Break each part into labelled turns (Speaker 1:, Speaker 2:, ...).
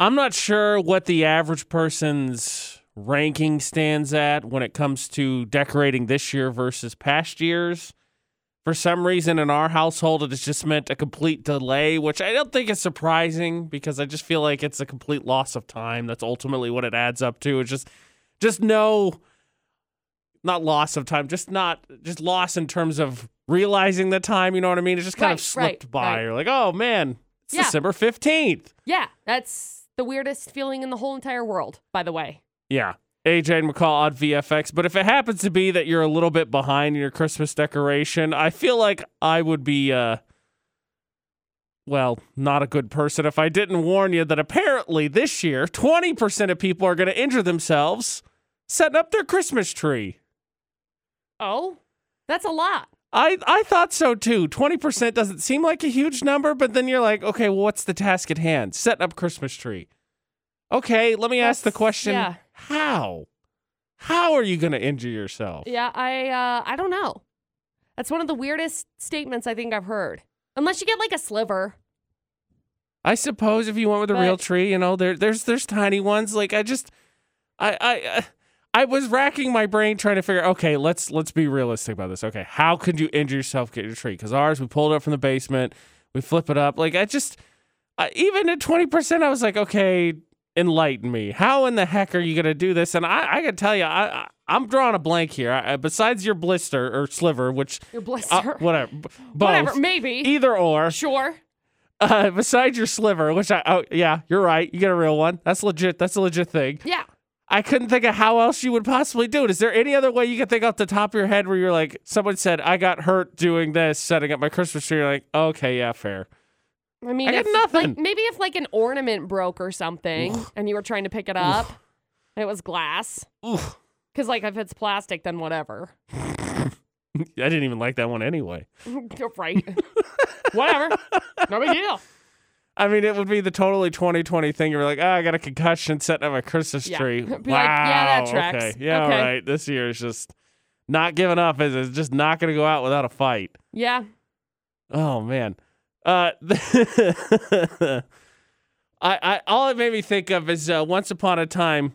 Speaker 1: I'm not sure what the average person's ranking stands at when it comes to decorating this year versus past years. For some reason, in our household, it has just meant a complete delay, which I don't think is surprising because I just feel like it's a complete loss of time. That's ultimately what it adds up to. It's just, just no, not loss of time, just not, just loss in terms of realizing the time. You know what I mean? It just kind of
Speaker 2: Right, right,
Speaker 1: slipped by.
Speaker 2: right.
Speaker 1: You're like, oh man, it's
Speaker 2: Yeah.
Speaker 1: December fifteenth.
Speaker 2: Yeah, that's the weirdest feeling in the whole entire world, by the way.
Speaker 1: Yeah. AJ and McCall on VFX. But if it happens to be that you're a little bit behind in your Christmas decoration, I feel like I would be, uh, well, not a good person if I didn't warn you that apparently this year, 20% of people are going to injure themselves setting up their Christmas tree.
Speaker 2: Oh, that's a lot.
Speaker 1: I, I thought so too. 20% doesn't seem like a huge number, but then you're like, okay, well, what's the task at hand? Setting up Christmas tree. Okay, let me ask the
Speaker 2: That's-
Speaker 1: question
Speaker 2: yeah.
Speaker 1: how? How are you going to injure yourself?
Speaker 2: Yeah, I uh, I don't know. That's one of the weirdest statements I think I've heard. Unless you get like a sliver.
Speaker 1: I suppose if you went with a real
Speaker 2: But-
Speaker 1: tree, you know, there there's there's tiny ones. Like I just, I I uh, I was racking my brain trying to figure. Okay, let's let's be realistic about this. Okay, how could you injure yourself getting a tree? Because ours, we pulled it up from the basement, we flip it up. Like I just, I, even at twenty percent, I was like, okay, enlighten me. How in the heck are you gonna do this? And I I can tell you, I, I I'm drawing a blank here. I, I- besides your blister or sliver, which uh,
Speaker 2: Your
Speaker 1: E-
Speaker 2: blister.
Speaker 1: whatever, b- both,
Speaker 2: Whatever, maybe.
Speaker 1: either or
Speaker 2: Sure.
Speaker 1: uh, besides your sliver, which I, oh, yeah, you're right. You get a real one. That's legit. That's a legit thing.
Speaker 2: Yeah.
Speaker 1: I couldn't think of how else you would possibly do it. Is there any other way you could think off the top of your head where you're like, someone said, I got hurt doing this, setting up my Christmas tree? You're like, okay, yeah, fair.
Speaker 2: I mean,
Speaker 1: I got
Speaker 2: if,
Speaker 1: nothing.
Speaker 2: Like, maybe if like an ornament broke or something and you were trying to pick it up, and it was glass.
Speaker 1: Oof.
Speaker 2: Because like if it's plastic, then whatever.
Speaker 1: I didn't even like that one anyway.
Speaker 2: right. whatever. No big deal.
Speaker 1: I mean, it would be the totally 2020 thing. You're like, oh, I got a concussion setting up my Christmas
Speaker 2: Yeah.
Speaker 1: tree.
Speaker 2: Be
Speaker 1: wow.
Speaker 2: like, yeah, that tracks.
Speaker 1: Okay. Yeah,
Speaker 2: Okay.
Speaker 1: all right. This year is just not giving up, is it? It's just not going to go out without a fight.
Speaker 2: Yeah.
Speaker 1: Oh man. Uh, I, I all it made me think of is uh, once upon a time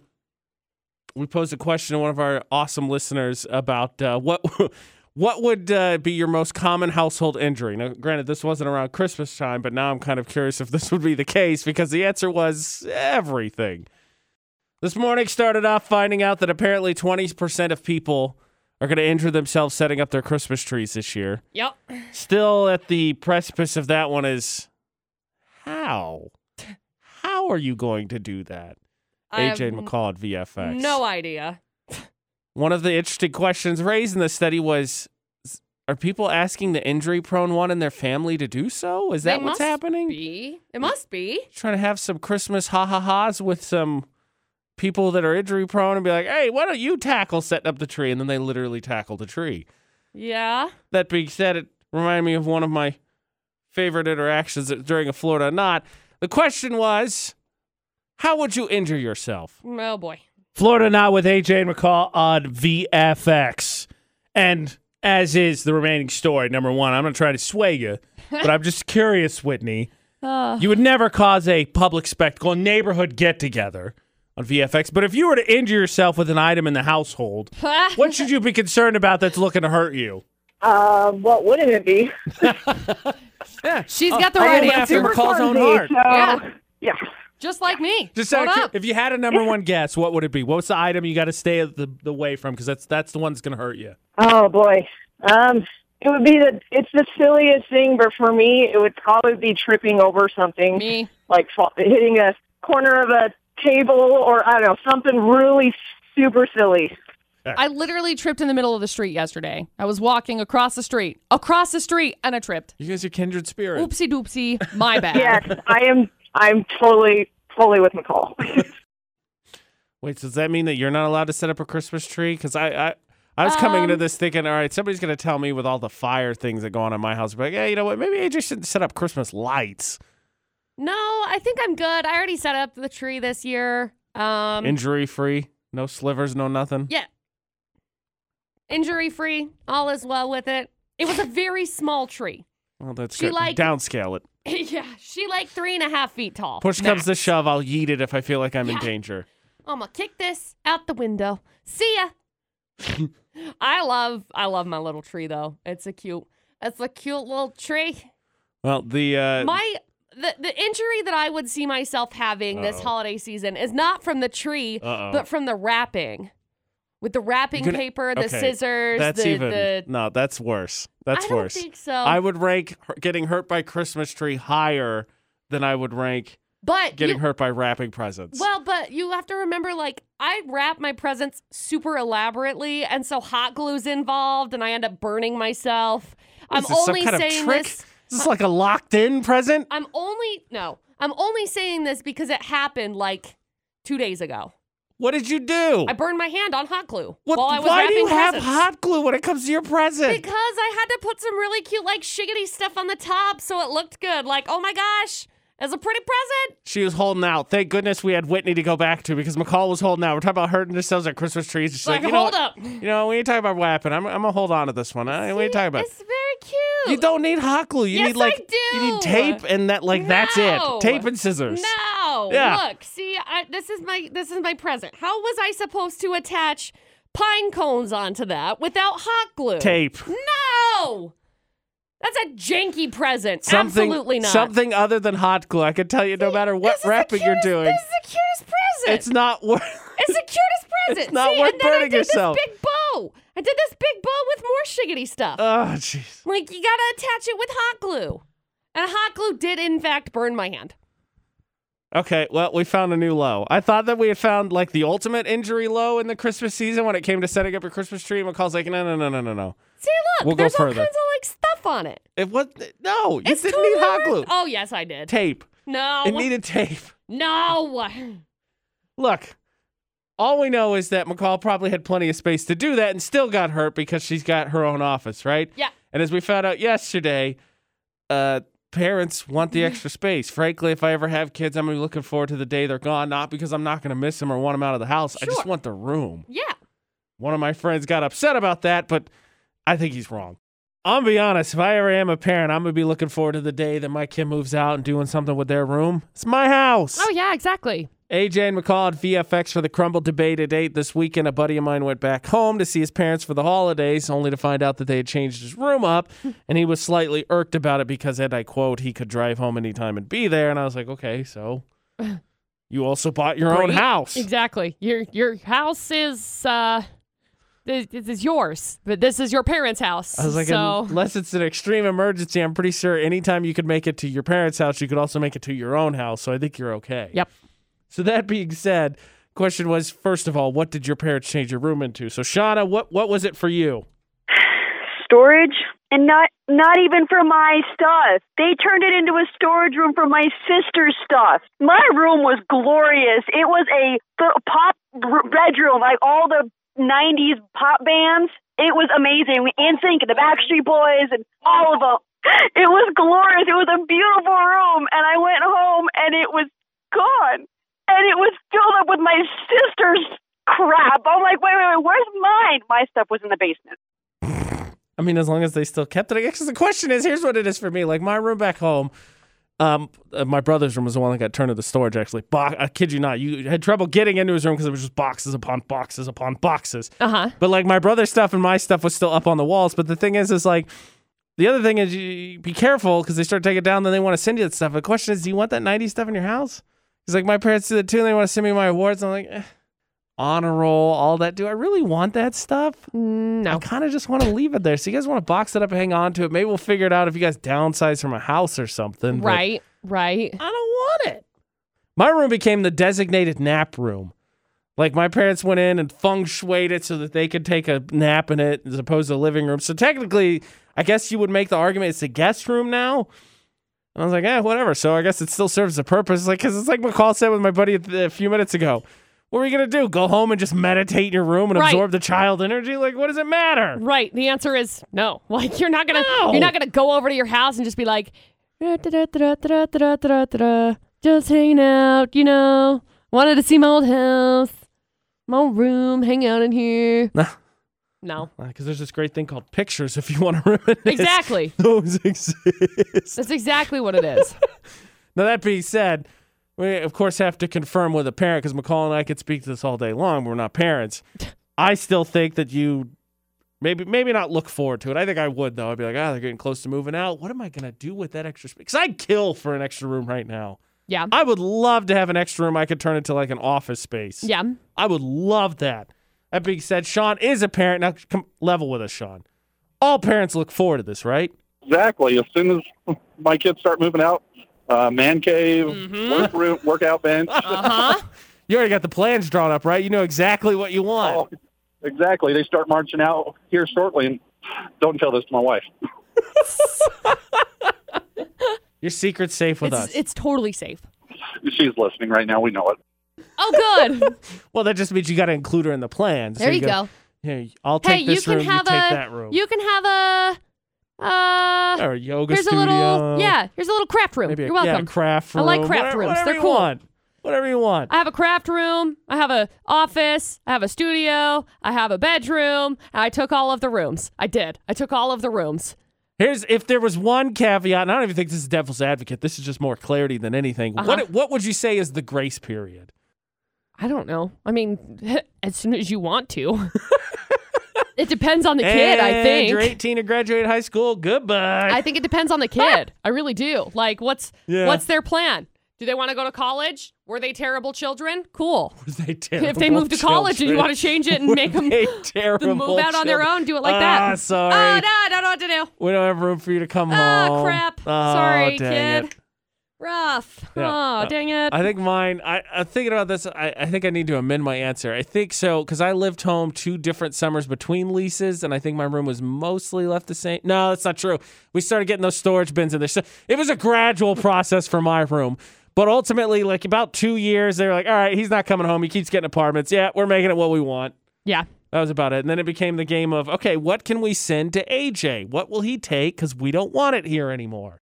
Speaker 1: we posed a question to one of our awesome listeners about uh, what what would uh, be your most common household injury. Now, granted, this wasn't around Christmas time, but now I'm kind of curious if this would be the case because the answer was everything. This morning started off finding out that apparently 20% of people are going to injure themselves setting up their Christmas trees this year
Speaker 2: Yep.
Speaker 1: still at the precipice of that one is how? How are you going to do that?
Speaker 2: I have
Speaker 1: AJ McCall at VFX.
Speaker 2: No idea.
Speaker 1: One of the interesting questions raised in the study was are people asking the injury prone one in their family to do so? Is that
Speaker 2: They
Speaker 1: what's
Speaker 2: must
Speaker 1: happening?
Speaker 2: Be. It must be.
Speaker 1: Trying to have some Christmas ha ha ha's with some people that are injury prone and be like, hey, why don't you tackle setting up the tree? And then they literally tackle the tree.
Speaker 2: Yeah.
Speaker 1: That being said, it reminded me of one of my favorite interactions during a Florida Knot. The question was, how would you injure yourself?
Speaker 2: Oh boy.
Speaker 3: Florida Not with AJ and McCall on VFX. And as is the remaining story, number one, I'm going to try to sway you, but I'm just curious, Whitney. You would never cause a public spectacle, a neighborhood get together on VFX, but if you were to injure yourself with an item in the household, what should you be concerned about that's looking to hurt you?
Speaker 4: Uh, what wouldn't it be?
Speaker 2: She's
Speaker 1: Oh,
Speaker 2: got the right
Speaker 1: laugh
Speaker 2: answer.
Speaker 1: after McCall's own
Speaker 4: Frenzy,
Speaker 1: heart.
Speaker 2: Yeah.
Speaker 4: yeah.
Speaker 2: Just like me.
Speaker 3: Just out
Speaker 2: Hold
Speaker 3: of cu-
Speaker 2: up.
Speaker 3: if you had a number one guess, what would it be? What's the item you got to stay the, the way from? Because that's that's the one that's going to hurt you.
Speaker 4: Oh boy. Um, it would be the. It's the silliest thing, but for me, it would probably be tripping over something
Speaker 2: Me.
Speaker 4: like fall, hitting a corner of a table, or I don't know, something really super silly.
Speaker 2: I literally tripped in the middle of the street yesterday. I was walking across the street, across the street, and I tripped.
Speaker 3: You guys are kindred spirits.
Speaker 2: Oopsie doopsie. My bad.
Speaker 4: Yes, I am. I'm totally, totally with McCall.
Speaker 1: Wait, so does that mean that you're not allowed to set up a Christmas tree? Because I, I, I was coming into
Speaker 2: Um,
Speaker 1: this thinking, all right, somebody's going to tell me with all the fire things that go on in my house, be like, yeah, you know what? Maybe I just shouldn't set up Christmas lights.
Speaker 2: No, I think I'm good. I already set up the tree this year. Um,
Speaker 1: Injury free, no slivers, no nothing.
Speaker 2: yeah. Injury free. All is well with it. It was a very small tree.
Speaker 1: Well, that's
Speaker 2: She
Speaker 1: good.
Speaker 2: like-
Speaker 1: Downscale it.
Speaker 2: yeah, she like three and a half feet tall.
Speaker 1: Push comes to
Speaker 2: max.
Speaker 1: shove, I'll yeet it if I feel like I'm in
Speaker 2: Yeah.
Speaker 1: danger.
Speaker 2: I'm gonna kick this out the window. See ya. I love I love my little tree though. It's a cute it's a cute little tree.
Speaker 1: Well, the uh,
Speaker 2: My the, the injury that I would see myself having this
Speaker 1: Uh-oh.
Speaker 2: holiday season is not from the tree,
Speaker 1: Uh-oh.
Speaker 2: but from the wrapping. With the wrapping
Speaker 1: gonna-
Speaker 2: paper, the
Speaker 1: okay,
Speaker 2: scissors,
Speaker 1: that's
Speaker 2: the,
Speaker 1: even
Speaker 2: the
Speaker 1: no, that's worse. That's
Speaker 2: I don't
Speaker 1: worse.
Speaker 2: think so.
Speaker 1: I would rank hu- getting hurt by Christmas tree higher than I would rank
Speaker 2: but
Speaker 1: getting
Speaker 2: you,
Speaker 1: hurt by wrapping presents.
Speaker 2: Well, but you have to remember, like, I wrap my presents super elaborately, and so hot glue's involved, and I end up burning myself. I'm
Speaker 1: is this
Speaker 2: only
Speaker 1: some kind
Speaker 2: saying
Speaker 1: of trick?
Speaker 2: this.
Speaker 1: Is this like a locked-in present?
Speaker 2: I'm only no. I'm only saying this because it happened like two days ago.
Speaker 1: What did you do?
Speaker 2: I burned my hand on hot glue
Speaker 1: What-
Speaker 2: while I was
Speaker 1: why do
Speaker 2: wrapping
Speaker 1: you have
Speaker 2: presents.
Speaker 1: hot glue when it comes to your present?
Speaker 2: Because I had to put some really cute, like shiggity stuff on the top, so it looked good. Like, oh my gosh, it's a pretty present.
Speaker 1: she was holding out. Thank goodness we had Whitney to go back to because McCall was holding out. We're talking about hurting ourselves at Christmas trees. She's
Speaker 2: Like,
Speaker 1: you know
Speaker 2: hold
Speaker 1: what?
Speaker 2: up.
Speaker 1: You know, we ain't talking about wrapping. I'm, I'm gonna hold on to this one. I, we ain't talking about.
Speaker 2: It's very cute.
Speaker 1: You don't need hot glue. You
Speaker 2: Yes,
Speaker 1: need like
Speaker 2: I do.
Speaker 1: you need tape and that like that's
Speaker 2: No.
Speaker 1: it. Tape and scissors.
Speaker 2: No.
Speaker 1: Yeah.
Speaker 2: Look, see, I, this is my this is my present. How was I supposed to attach pine cones onto that without hot glue?
Speaker 1: Tape.
Speaker 2: No. That's a janky present.
Speaker 1: Something,
Speaker 2: Absolutely not.
Speaker 1: Something other than hot glue. I can tell you, no matter what
Speaker 2: This is the
Speaker 1: wrapping you're
Speaker 2: cutest-
Speaker 1: doing,
Speaker 2: This is the cutest present.
Speaker 1: it's not worth.
Speaker 2: It's the cutest present.
Speaker 1: not
Speaker 2: See,
Speaker 1: worth
Speaker 2: and then I
Speaker 1: burning
Speaker 2: did
Speaker 1: yourself.
Speaker 2: This big bow. I did this big bow with more shiggity stuff.
Speaker 1: Oh, jeez.
Speaker 2: like you gotta attach it with hot glue, and hot glue did in fact burn my hand.
Speaker 1: Okay, well, we found a new low. I thought that we had found like the ultimate injury low in the Christmas season when it came to setting up your Christmas tree. And McCall's like, no, no, no, no, no, no.
Speaker 2: See, look,
Speaker 1: We'll go
Speaker 2: there's all
Speaker 1: further.
Speaker 2: kinds of like stuff on it.
Speaker 1: It was no. You
Speaker 2: It's
Speaker 1: didn't
Speaker 2: totally
Speaker 1: need hot glue.
Speaker 2: worth- Oh yes, I did.
Speaker 1: Tape.
Speaker 2: no,
Speaker 1: It needed tape.
Speaker 2: no.
Speaker 1: Look, all we know is that McCall probably had plenty of space to do that and still got hurt because she's got her own office, right?
Speaker 2: Yeah.
Speaker 1: And as we found out yesterday, uh, parents want the extra space. Frankly, if I ever have kids, I'm gonna be looking forward to the day they're gone. Not because I'm not gonna miss them or want them out of the house. I just
Speaker 2: Sure.
Speaker 1: want the room.
Speaker 2: Yeah,
Speaker 1: One of my friends got upset about that, but I think he's wrong. I'm gonna be honest. If I ever am a parent, I'm gonna be looking forward to the day that my kid moves out and doing something with their room. It's my house.
Speaker 2: Oh, yeah, exactly.
Speaker 1: AJ and McCall at VFX for the Crumble debate at 8 this weekend. A buddy of mine went back home to see his parents for the holidays, only to find out that they had changed his room up. and he was slightly irked about it because, and I quote, he could drive home anytime and be there. And I was like, okay, so you also bought your own
Speaker 2: Great.
Speaker 1: house.
Speaker 2: Exactly. Your your house is uh, this, this is yours, but this is your parents' house.
Speaker 1: I was like, um,
Speaker 2: so
Speaker 1: unless it's an extreme emergency, I'm pretty sure anytime you could make it to your parents' house, you could also make it to your own house. So I think you're okay.
Speaker 2: Yep.
Speaker 1: So that being said, question was first of all, what did your parents change your room into? So Shauna, what what was it for you?
Speaker 5: storage and not not even for my stuff. They turned it into a storage room for my sister's stuff. My room was glorious. It was a th- pop r- bedroom, like all the 90s pop bands. It was amazing. And think the Backstreet Boys and all of them. It was glorious. It was a beautiful room and I went home and it was gone. And it was filled up with my sister's crap. I'm like, wait, wait, wait, where's mine? My stuff was in the basement.
Speaker 1: I mean, as long as they still kept it, I guess 'cause the question is, here's what it is for me. Like my room back home, um, uh, my brother's room was the one that got turned into storage. Actually, Bo- I kid you not, you had trouble getting into his room because it was just boxes upon boxes upon boxes.
Speaker 2: uh huh.
Speaker 1: But like my brother's stuff and my stuff was still up on the walls. But the thing is, is like the other thing is you- you be careful because they start taking it down, then they want to send you that stuff. The question is, do you want that 90s stuff in your house? Because like my parents do that too, and they want to send me my awards. I'm like, eh, honor roll, all that. Do I really want that stuff? I
Speaker 2: Mm, No.
Speaker 1: kind of just want to leave it there. So you guys want to box it up and hang on to it. Maybe we'll figure it out if you guys downsize from a house or something. but-
Speaker 2: Right. Right.
Speaker 1: I don't want it. My room became the designated nap room. Like my parents went in and feng shuied it so that they could take a nap in it as opposed to the living room. So technically, I guess you would make the argument it's a guest room now. And I was like, eh, whatever. So I guess it still serves a purpose. Like, cause it's like McCall said with my buddy a th- a few minutes ago. What are you gonna do? Go home and just meditate in your room and
Speaker 2: Right.
Speaker 1: absorb the child energy? Like, what does it matter?
Speaker 2: Right. The answer is no. Like you're not gonna
Speaker 1: No.
Speaker 2: you're not gonna go over to your house and just be like, "Da-da-da-da-da-da-da-da-da, just hanging out, you know. Wanted to see my old house, my old room, hang out in here.
Speaker 1: No.
Speaker 2: No.
Speaker 1: Because there's this great thing called pictures if you want to reminisce.
Speaker 2: Exactly.
Speaker 1: Those exist.
Speaker 2: That's exactly what it is.
Speaker 1: Now, that being said, we, of course, have to confirm with a parent because McCall and I could speak to this all day long. but We're not parents. I still think that you maybe maybe not look forward to it. I think I would, though. I'd be like, ah, they're getting close to moving out. What am I going to do with that extra space? Because I'd kill for an extra room right now.
Speaker 2: Yeah.
Speaker 1: I would love to have an extra room I could turn into like an office space.
Speaker 2: Yeah.
Speaker 1: I would love that. That being said, Sean is a parent. Now, come level with us, Sean. All parents look forward to this, right?
Speaker 6: Exactly. As soon as my kids start moving out, uh, man cave, work room, workout bench.
Speaker 2: Uh huh.
Speaker 1: You already got the plans drawn up, right? You know exactly what you want.
Speaker 6: Oh, exactly. They start marching out here shortly. And don't tell this to my wife.
Speaker 1: Your secret's safe with us.
Speaker 2: It's, it's totally safe.
Speaker 6: She's listening right now. We know it.
Speaker 2: Oh, good.
Speaker 1: well, that just means you got to include her in the plans. So
Speaker 2: There you go.
Speaker 1: Here, I'll
Speaker 2: Hey,
Speaker 1: take
Speaker 2: you
Speaker 1: this
Speaker 2: can
Speaker 1: room.
Speaker 2: have
Speaker 1: you take
Speaker 2: a-
Speaker 1: that room.
Speaker 2: You can have a. Uh,
Speaker 1: or a yoga
Speaker 2: here's a
Speaker 1: studio.
Speaker 2: little. Yeah. Here's a little craft room.
Speaker 1: Maybe a,
Speaker 2: You're
Speaker 1: yeah,
Speaker 2: welcome.
Speaker 1: craft
Speaker 2: I
Speaker 1: room.
Speaker 2: like craft
Speaker 1: whatever,
Speaker 2: rooms.
Speaker 1: Whatever
Speaker 2: They're
Speaker 1: you
Speaker 2: cool.
Speaker 1: want. Whatever you want.
Speaker 2: I have a craft room. I have a office. I have a studio. I have a bedroom. I took all of the rooms. I did. I took all of the rooms.
Speaker 1: Here's if there was one caveat, and I don't even think this is devil's advocate. This is just more clarity than anything.
Speaker 2: Uh-huh.
Speaker 1: What what would you say is the grace period?
Speaker 2: I don't know. I mean, as soon as you want to. it depends on the kid, I
Speaker 1: And
Speaker 2: think.
Speaker 1: You're 18 and graduated high school. Goodbye.
Speaker 2: I think it depends on the kid. I really do. Like what's
Speaker 1: Yeah.
Speaker 2: what's their plan? Do they want to go to college? Were they terrible children? Cool.
Speaker 1: they
Speaker 2: if they move to college and you want to change it and make them
Speaker 1: They
Speaker 2: the
Speaker 1: terrible
Speaker 2: move out on their
Speaker 1: children.
Speaker 2: own, do it like
Speaker 1: Ah,
Speaker 2: that.
Speaker 1: sorry.
Speaker 2: Oh no, I don't know what to do.
Speaker 1: We don't have room for you to come
Speaker 2: Ah,
Speaker 1: home.
Speaker 2: crap.
Speaker 1: Oh,
Speaker 2: Sorry,
Speaker 1: dang
Speaker 2: kid.
Speaker 1: it.
Speaker 2: Rough.
Speaker 1: Yeah.
Speaker 2: Oh,
Speaker 1: Uh,
Speaker 2: dang it.
Speaker 1: I think mine. I, I thinking about this. I, I think I need to amend my answer. I think so because I lived home two different summers between leases, and I think my room was mostly left the same. No, that's not true. We started getting those storage bins in there. So it was a gradual process for my room, but ultimately, like about two years, they were like, "All right, he's not coming home. He keeps getting apartments. Yeah, we're making it what we want."
Speaker 2: yeah.
Speaker 1: That was about it. And then it became the game of, okay, what can we send to AJ? What will he take? Because we don't want it here anymore.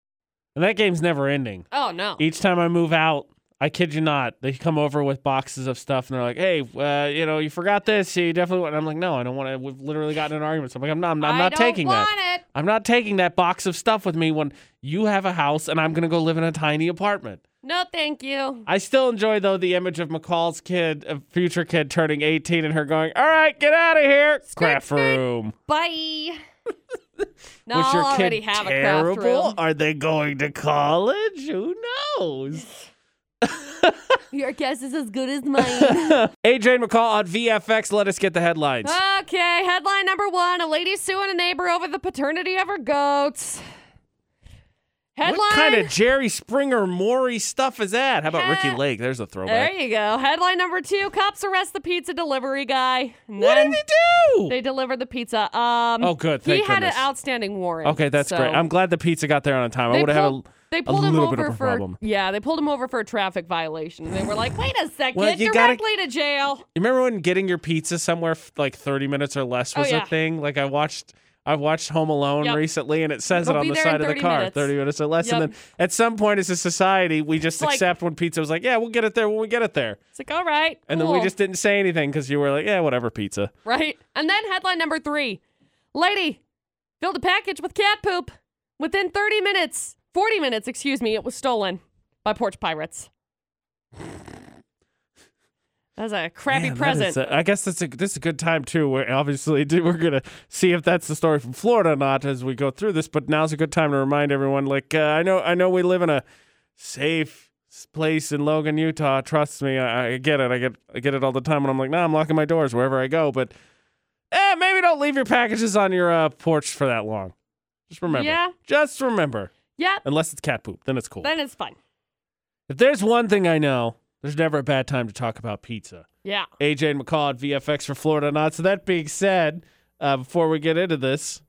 Speaker 1: And that game's never ending.
Speaker 2: Oh no.
Speaker 1: Each time I move out, I kid you not, they come over with boxes of stuff and they're like, hey, uh, you know, you forgot this. You definitely want. And I'm like, no, I don't want to. We've literally gotten in arguments. I'm like, I'm not, I'm not, I'm not taking that.
Speaker 2: it.
Speaker 1: I'm not taking that box of stuff with me when you have a house and I'm going to go live in a tiny apartment.
Speaker 2: No, thank you.
Speaker 1: I still enjoy though the image of McCall's kid, a future kid turning 18, and her going, "All right, get out of here, craft
Speaker 2: skirt.
Speaker 1: room."
Speaker 2: Bye. no,
Speaker 1: Was your
Speaker 2: I
Speaker 1: kid
Speaker 2: already have
Speaker 1: terrible?
Speaker 2: a craft room.
Speaker 1: Are they going to college? Who knows?
Speaker 2: Your guess is as good as mine. Uh,
Speaker 1: Adrian McCall on VFX. Let us get the headlines.
Speaker 2: okay, headline number one: A lady suing a neighbor over the paternity of her goats. Headline.
Speaker 1: What kind of Jerry Springer, Maury stuff is that? How about Ricky
Speaker 2: Uh,
Speaker 1: Lake? There's a
Speaker 2: there
Speaker 1: throwback.
Speaker 2: you go. Headline number two: Cops arrest the pizza delivery guy. And
Speaker 1: What
Speaker 2: then
Speaker 1: did he do?
Speaker 2: they delivered the pizza. Um,
Speaker 1: Oh, good.
Speaker 2: He
Speaker 1: Thank
Speaker 2: had
Speaker 1: goodness.
Speaker 2: an outstanding warrant.
Speaker 1: okay, that's
Speaker 2: so-
Speaker 1: great. I'm glad the pizza got there on time. I
Speaker 2: They
Speaker 1: would have had
Speaker 2: pulled-
Speaker 1: a.
Speaker 2: They pulled him
Speaker 1: little bit
Speaker 2: over
Speaker 1: of a
Speaker 2: for
Speaker 1: problem.
Speaker 2: yeah. They pulled him over for a traffic violation. And they were like, "Wait a second,
Speaker 1: Well, you gotta-
Speaker 2: directly to jail."
Speaker 1: You remember when getting your pizza somewhere f- like 30 minutes or less
Speaker 2: Oh,
Speaker 1: was
Speaker 2: yeah.
Speaker 1: a thing? Like I watched I watched Home Alone
Speaker 2: Yep.
Speaker 1: recently and it says
Speaker 2: It'll
Speaker 1: it on
Speaker 2: be
Speaker 1: the
Speaker 2: there in
Speaker 1: side of the
Speaker 2: 30
Speaker 1: car,
Speaker 2: minutes.
Speaker 1: 30 minutes or less.
Speaker 2: Yep.
Speaker 1: And then at some point as a society, we just
Speaker 2: It's like-
Speaker 1: accept when pizza was like, yeah, we'll get it there when we get it there.
Speaker 2: It's like, all right,
Speaker 1: And then we
Speaker 2: cool.
Speaker 1: just didn't say anything cuz you were like, yeah, whatever, pizza.
Speaker 2: right. And then headline number three: Lady filled a package with cat poop. Within 30 minutes, 40 minutes, excuse me, it was stolen by porch pirates. That's a crappy
Speaker 1: Man, that
Speaker 2: present.
Speaker 1: is a- I guess that's a this is a good time too. Where obviously dude, we're gonna see if that's the story from Florida or not as we go through this. But now's a good time to remind everyone. Like uh, I know I know we live in a safe s- place in Logan, Utah. Trust me, I, I get it. I get I get it all the time. And I'm like, nah, I'm locking my doors wherever I go. But eh, maybe don't leave your packages on your uh, porch for that long. Just remember.
Speaker 2: Yeah.
Speaker 1: Just remember.
Speaker 2: yep.
Speaker 1: Unless it's cat poop, then it's cool.
Speaker 2: Then it's fun.
Speaker 1: if there's one thing I know, there's never a bad time to talk about pizza.
Speaker 2: Yeah.
Speaker 1: AJ and McCall at VFX for Florida or Not. So that being said, uh, before we get into this,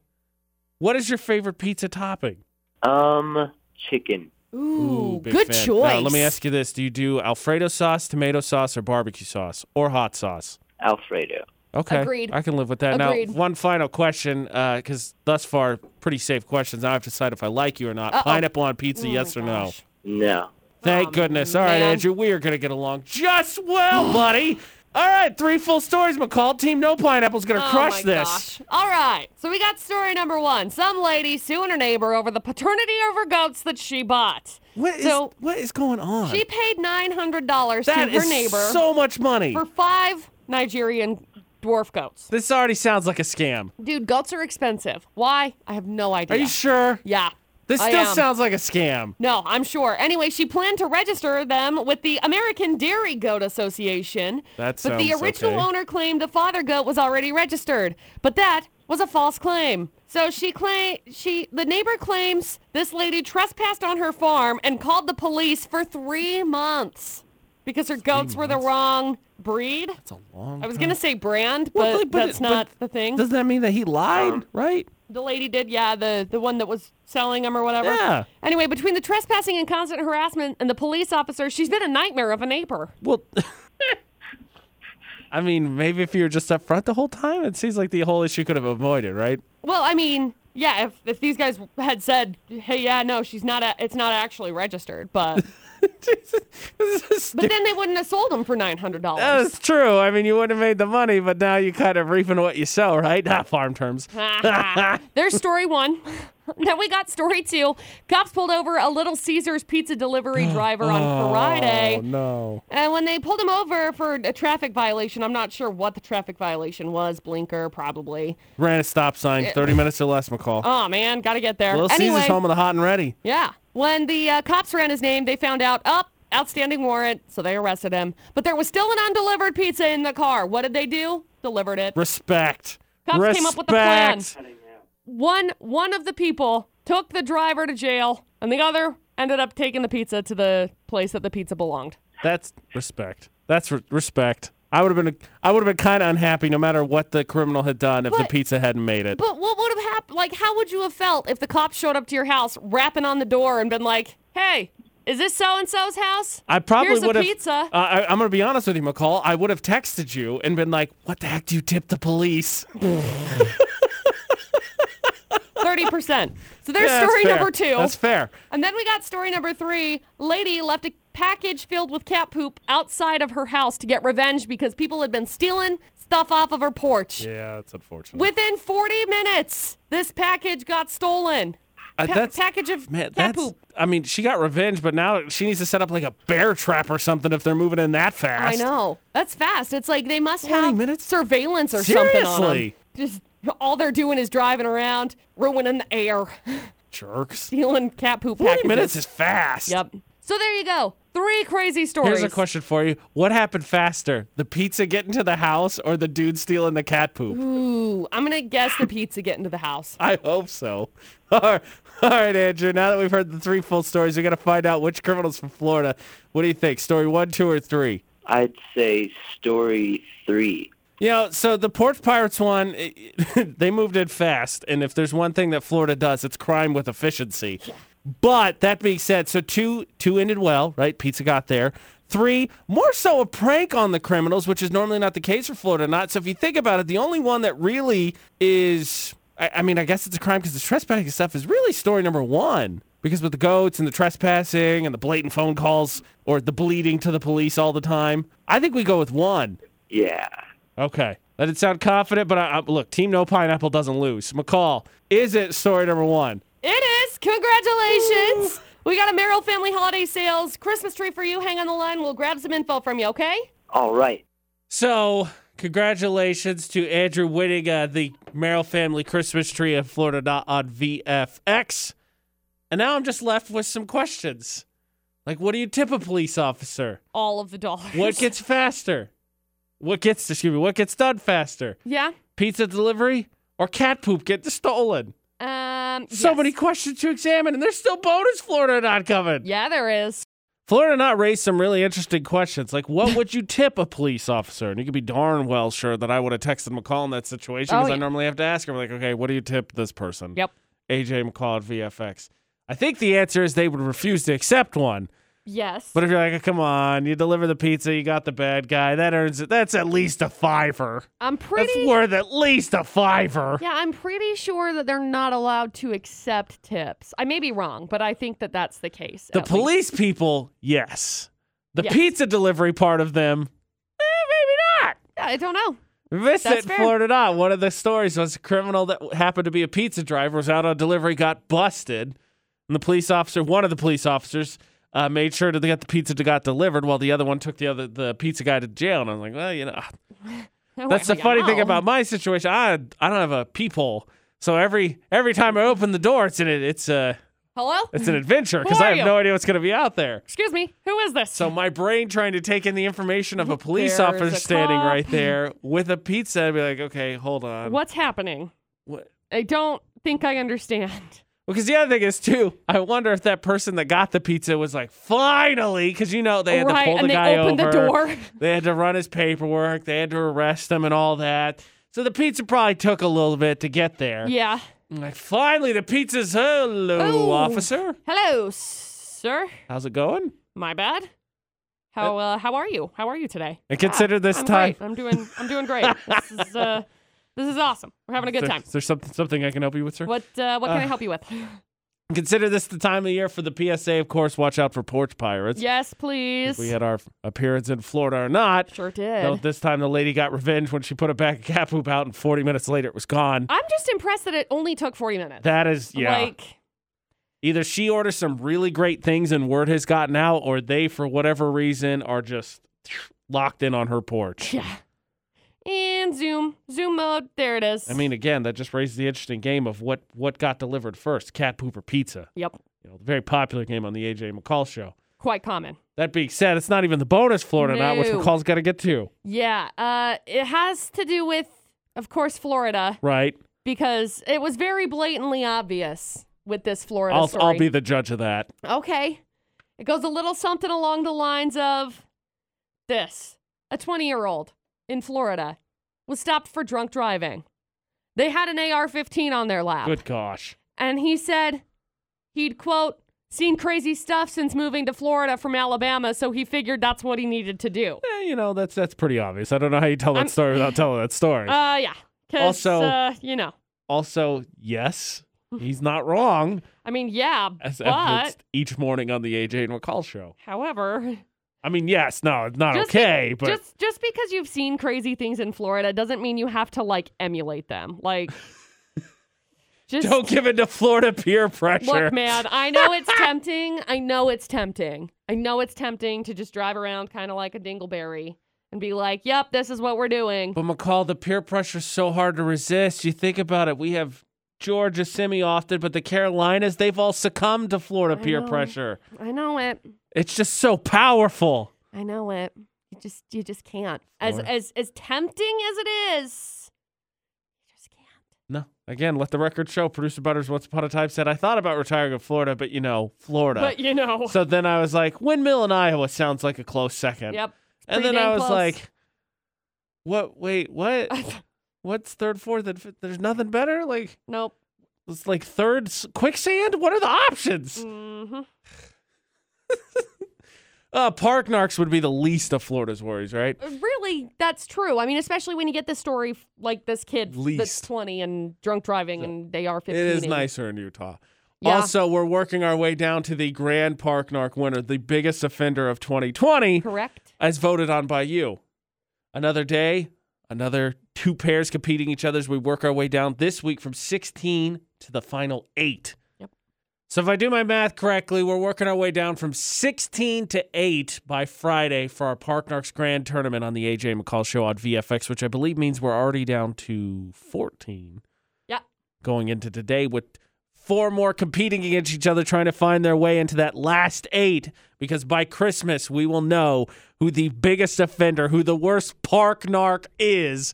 Speaker 1: what is your favorite pizza topping?
Speaker 7: Um, chicken.
Speaker 2: Ooh,
Speaker 1: big
Speaker 2: good
Speaker 1: fan. Now,
Speaker 2: choice.
Speaker 1: let me ask you this: Do you do Alfredo sauce, tomato sauce, or barbecue sauce, or hot sauce?
Speaker 7: Alfredo.
Speaker 1: Okay,
Speaker 2: Agreed.
Speaker 1: I can live with that.
Speaker 2: Agreed.
Speaker 1: Now, one final question, because thus far, pretty safe questions. Now I have to decide if I like you or not.
Speaker 2: Uh-oh. Oh
Speaker 1: Pineapple on pizza, yes or no?
Speaker 7: No.
Speaker 1: Thank goodness. All right,
Speaker 2: man.
Speaker 1: Andrew, we are going to get along just well, buddy. All right, three full stories, McCall. Team No Pineapple's gonna
Speaker 2: Oh
Speaker 1: crush
Speaker 2: my
Speaker 1: this.
Speaker 2: gosh. All right. So we got story number one. Some lady suing her neighbor over the paternity of her goats that she bought.
Speaker 1: What is
Speaker 2: So-
Speaker 1: what is going on?
Speaker 2: She paid nine hundred dollars to
Speaker 1: That
Speaker 2: her
Speaker 1: is
Speaker 2: neighbor
Speaker 1: so much money.
Speaker 2: for five Nigerian dwarf goats.
Speaker 1: This already sounds like a scam.
Speaker 2: Dude, goats are expensive. Why? I have no idea.
Speaker 1: Are you sure?
Speaker 2: Yeah.
Speaker 1: This
Speaker 2: I
Speaker 1: still
Speaker 2: am.
Speaker 1: sounds like a scam.
Speaker 2: No, I'm sure. Anyway, she planned to register them with the American Dairy Goat Association.
Speaker 1: That
Speaker 2: But the
Speaker 1: sounds
Speaker 2: original
Speaker 1: okay.
Speaker 2: owner claimed the father goat was already registered, but that was a false claim. So she claim she the neighbor claims this lady trespassed on her farm and called the police for three months because her goats were the wrong breed.
Speaker 1: It's a long.
Speaker 2: I was gonna say brand,
Speaker 1: Well,
Speaker 2: Mm. but,
Speaker 1: but- but
Speaker 2: that's
Speaker 1: it-
Speaker 2: not
Speaker 1: but
Speaker 2: the thing.
Speaker 1: Doesn't that mean that he lied? Right?
Speaker 2: The lady did, yeah, the, the one that was selling them or whatever.
Speaker 1: Yeah.
Speaker 2: Anyway, between the trespassing and constant harassment and the police officer, she's been a nightmare of a neighbor.
Speaker 1: Well, I mean, maybe if you were just up front the whole time, it seems like the whole issue could have avoided, right?
Speaker 2: Well, I mean, yeah, if, if these guys had said, hey, yeah, no, she's not, a, it's not actually registered, but
Speaker 1: This is
Speaker 2: but then they wouldn't have sold them for nine hundred dollars.
Speaker 1: That's true. I mean, you wouldn't have made the money, but now you kind of reaping what you sow, right? Not farm terms.
Speaker 2: There's story one. then we got story two. Cops pulled over a Little Caesars pizza delivery driver on Friday.
Speaker 1: Oh no!
Speaker 2: And Uh, when they pulled him over for a traffic violation, I'm not sure what the traffic violation was, blinker probably.
Speaker 1: Ran a stop sign, thirty minutes or less. McCall.
Speaker 2: Oh man, gotta get there.
Speaker 1: Little
Speaker 2: Uh, anyway,
Speaker 1: Caesar's home of the hot and ready.
Speaker 2: yeah. When the uh, cops ran his name, they found out up outstanding warrant, so they arrested him. But there was still an undelivered pizza in the car. What did they do? Delivered it.
Speaker 1: Respect.
Speaker 2: Cops
Speaker 1: Respect.
Speaker 2: came up with a plan. One one of the people took the driver to jail, and the other ended up taking the pizza to the place that the pizza belonged.
Speaker 1: That's respect. That's re- respect. I would have been. I would have been kind of unhappy no matter what the criminal had done if the
Speaker 2: But-
Speaker 1: pizza hadn't made it.
Speaker 2: But what would have happened? Like, how would you have felt if the cops showed up to your house, rapping on the door, and been like, "Hey, is this so and so's house?"
Speaker 1: I probably
Speaker 2: Here's
Speaker 1: would
Speaker 2: a
Speaker 1: have.
Speaker 2: pizza.
Speaker 1: Uh, I, I'm gonna be honest with you, McCall. I would have texted you and been like, "What the heck do you tip the police?"
Speaker 2: Thirty percent. So there's
Speaker 1: Yeah, that's
Speaker 2: story
Speaker 1: fair.
Speaker 2: number two.
Speaker 1: That's fair.
Speaker 2: and then we got story number three. Lady left a package filled with cat poop outside of her house to get revenge because people had been stealing stuff off of her porch.
Speaker 1: Yeah, that's unfortunate.
Speaker 2: Within 40 minutes, this package got stolen.
Speaker 1: Uh,
Speaker 2: Pa-
Speaker 1: that's-
Speaker 2: package of
Speaker 1: Man,
Speaker 2: cat
Speaker 1: that's.
Speaker 2: poop.
Speaker 1: I mean, she got revenge, but now she needs to set up like a bear trap or something if they're moving in that
Speaker 2: I
Speaker 1: fast.
Speaker 2: know. That's fast. It's like they must
Speaker 1: 40
Speaker 2: have
Speaker 1: minutes?
Speaker 2: surveillance or something on 'em.
Speaker 1: Seriously,
Speaker 2: Just all they're doing is driving around, ruining the air,
Speaker 1: jerks.
Speaker 2: stealing cat poop
Speaker 1: Forty
Speaker 2: packages.
Speaker 1: minutes is fast.
Speaker 2: Yep. So there you go. Three crazy stories.
Speaker 1: Here's a question for you: What happened faster, the pizza getting to the house or the dude stealing the cat poop?
Speaker 2: Ooh, I'm gonna guess the pizza getting to the house.
Speaker 1: I hope so. All right, all right, Andrew. Now that we've heard the three full stories, we got to find out which criminals from Florida. What do you think? Story one, two, or three?
Speaker 7: I'd say story three.
Speaker 1: You know, so the Porch Pirates one, it- it- they moved in fast. And if there's one thing that Florida does, it's crime with efficiency. But that being said, so two two ended well, right? Pizza got there. Three, more so a prank on the criminals, which is normally not the case for Florida. Not so. If you think about it, the only one that really is, I, I mean, I guess it's a crime because the trespassing stuff is really story number one. Because with the goats and the trespassing and the blatant phone calls or the bleeding to the police all the time, I think we go with one.
Speaker 7: Yeah.
Speaker 1: Okay. That did sound confident, but I, I, look, Team No Pineapple doesn't lose. McCall, is it story number one?
Speaker 2: It is. Congratulations. We got a Merrill Family Holiday Sales Christmas tree for you. Hang on the line. We'll grab some info from you, okay?
Speaker 7: All right.
Speaker 1: So, congratulations to Andrew winning uh, the Merrill Family Christmas Tree of Florida dot on VFX. And now I'm just left with some questions. Like, what do you tip a police officer?
Speaker 2: All of the dollars.
Speaker 1: What gets faster? What gets, excuse me, what gets done faster?
Speaker 2: Yeah.
Speaker 1: Pizza delivery or cat poop get stolen?
Speaker 2: Um.
Speaker 1: So
Speaker 2: yes.
Speaker 1: many questions to examine, and there's still bonus Florida not coming.
Speaker 2: Yeah, there is.
Speaker 1: Florida not raised some really interesting questions, like what would you tip a police officer? And you could be darn well sure that I would have texted McCall in that situation
Speaker 2: Oh,
Speaker 1: because I
Speaker 2: yeah.
Speaker 1: normally have to ask her, like, okay, what do you tip this person?
Speaker 2: Yep.
Speaker 1: AJ McCall at VFX. I think the answer is they would refuse to accept one.
Speaker 2: Yes.
Speaker 1: But if you're like, come on, you deliver the pizza, you got the bad guy, that earns it. That's at least a fiver.
Speaker 2: I'm pretty.
Speaker 1: That's worth at least a fiver.
Speaker 2: Yeah, I'm pretty sure that they're not allowed to accept tips. I may be wrong, but I think that that's the case.
Speaker 1: The
Speaker 2: at least.
Speaker 1: police people, yes. The
Speaker 2: Yes.
Speaker 1: pizza delivery part of them, eh, maybe not.
Speaker 2: I don't know.
Speaker 1: Visit
Speaker 2: That's fair.
Speaker 1: Florida Not. One of the stories was a criminal that happened to be a pizza driver was out on delivery, got busted, and the police officer, one of the police officers, uh, made sure to get the pizza that got delivered, while the other one took the other the pizza guy to jail. And I'm like, well, you know, that's the funny
Speaker 2: Oh.
Speaker 1: thing about my situation. I I don't have a peephole, so every every time I open the door, it's an it's a
Speaker 2: Hello?
Speaker 1: it's an adventure
Speaker 2: Who
Speaker 1: because I
Speaker 2: are
Speaker 1: have
Speaker 2: you?
Speaker 1: no idea what's going to be out there.
Speaker 2: Excuse me. Who is this?
Speaker 1: So my brain trying to take in the information of a police
Speaker 2: There's
Speaker 1: officer
Speaker 2: a
Speaker 1: standing
Speaker 2: cop.
Speaker 1: right there with a pizza and be like, okay, hold on.
Speaker 2: What's happening?
Speaker 1: What?
Speaker 2: I don't think I understand.
Speaker 1: Because the other thing is too, I wonder if that person that got the pizza was like, finally, because you know they had to
Speaker 2: right,
Speaker 1: pull the
Speaker 2: and
Speaker 1: guy
Speaker 2: they opened
Speaker 1: over,
Speaker 2: the door.
Speaker 1: they had to run his paperwork, they had to arrest him and all that. So the pizza probably took a little bit to get there.
Speaker 2: yeah.
Speaker 1: I'm Like finally, the pizza's hello,
Speaker 2: Oh.
Speaker 1: officer.
Speaker 2: Hello, sir.
Speaker 1: How's it going?
Speaker 2: My bad. How uh, how are you? How are you today?
Speaker 1: And consider this
Speaker 2: Ah, I'm
Speaker 1: time.
Speaker 2: great. I'm doing I'm doing great. this is uh, this is awesome. We're having a good
Speaker 1: Is there-
Speaker 2: time.
Speaker 1: Is there something something I can help you with, sir?
Speaker 2: What uh, what can I
Speaker 1: Uh,
Speaker 2: help you with?
Speaker 1: Consider this the time of year for the PSA. Of course, watch out for porch pirates.
Speaker 2: yes,
Speaker 1: If
Speaker 2: please.
Speaker 1: we had our appearance in Florida or not.
Speaker 2: sure
Speaker 1: though
Speaker 2: did.
Speaker 1: this time the lady got revenge when she put a bag of cat poop out, and 40 minutes later it was gone.
Speaker 2: I'm just impressed that it only took 40 minutes.
Speaker 1: That is, yeah.
Speaker 2: Like
Speaker 1: Either she orders some really great things and word has gotten out, or they, for whatever reason, are just locked in on her porch.
Speaker 2: yeah. And zoom zoom mode. There it is.
Speaker 1: I mean, again, that just raises the interesting game of what what got delivered first, cat poop or pizza.
Speaker 2: Yep.
Speaker 1: You know, very popular game on the AJ McCall show.
Speaker 2: Quite common.
Speaker 1: That being said, it's not even the bonus Florida not, which
Speaker 2: No.
Speaker 1: McCall's got to get to,
Speaker 2: Yeah. Uh, it has to do with, of course, Florida
Speaker 1: right?
Speaker 2: because it was very blatantly obvious with this Florida
Speaker 1: I'll
Speaker 2: story.
Speaker 1: I'll be the judge of that.
Speaker 2: Okay. It goes a little something along the lines of this a 20 year old in Florida was stopped for drunk driving. They had an AR 15 on their lap.
Speaker 1: Good gosh.
Speaker 2: And he said he'd, quote, seen crazy stuff since moving to Florida from Alabama, so he figured that's what he needed to do.
Speaker 1: Eh, you know, that's that's pretty obvious. I don't know how you tell that
Speaker 2: I'm-
Speaker 1: story without telling that story.
Speaker 2: Uh, yeah. 'Cause,
Speaker 1: Also-
Speaker 2: uh, you know,
Speaker 1: also, yes, he's not wrong,
Speaker 2: I mean, yeah,
Speaker 1: as
Speaker 2: but,
Speaker 1: evidenced each morning on the AJ and McCall show.
Speaker 2: however,
Speaker 1: I mean, yes, no, it's not
Speaker 2: Just-
Speaker 1: okay, but
Speaker 2: just just because you've seen crazy things in Florida doesn't mean you have to like emulate them. Like, just
Speaker 1: don't give in to Florida peer pressure.
Speaker 2: look, man. I know it's tempting. I know it's tempting. I know it's tempting to just drive around kind of like a dingleberry and be like, "Yep, this is what we're doing."
Speaker 1: But McCall, the peer pressure's so hard to resist. You think about it. We have Georgia semi-often, but the Carolinas, they've all succumbed to Florida
Speaker 2: I
Speaker 1: peer
Speaker 2: know.
Speaker 1: pressure.
Speaker 2: I know it.
Speaker 1: It's just so powerful.
Speaker 2: I know it. You just you just can't. As
Speaker 1: Florida.
Speaker 2: as as tempting as it is, you just can't.
Speaker 1: No. Again, let the record show. Producer Butters once upon a time said, I thought about retiring in Florida, but you know, Florida.
Speaker 2: But you know,
Speaker 1: So then I was like, Windmill in Iowa sounds like a close second.
Speaker 2: yep.
Speaker 1: And
Speaker 2: pretty
Speaker 1: then I
Speaker 2: dang
Speaker 1: was
Speaker 2: close.
Speaker 1: like, what? Wait, what? What's third, fourth, and fifth? There's nothing better? Like,
Speaker 2: nope.
Speaker 1: it's like third s- quicksand? What are the options?
Speaker 2: hmm
Speaker 1: Uh, park narcs would be the least of Florida's worries, right?
Speaker 2: Uh, Really, that's true. I mean, especially when you get this story f- like this kid that's
Speaker 1: Least.
Speaker 2: 20 and drunk driving and they are 15.
Speaker 1: It is
Speaker 2: and-
Speaker 1: nicer in Utah.
Speaker 2: Yeah.
Speaker 1: Also, we're working our way down to the grand park narc winner, the biggest offender of 2020,
Speaker 2: Correct.
Speaker 1: as voted on by you. Another day, another two pairs competing each other as we work our way down this week from 16 to the final eight.
Speaker 2: Yep.
Speaker 1: So if I do my math correctly, we're working our way down from 16 to 8 by Friday for our Park Narks Grand Tournament on the AJ McCall Show on VFX, which I believe means we're already down to 14.
Speaker 2: Yep.
Speaker 1: Going into today with four more competing against each other trying to find their way into that last 8 because by Christmas we will know who the biggest offender, who the worst Park Narc is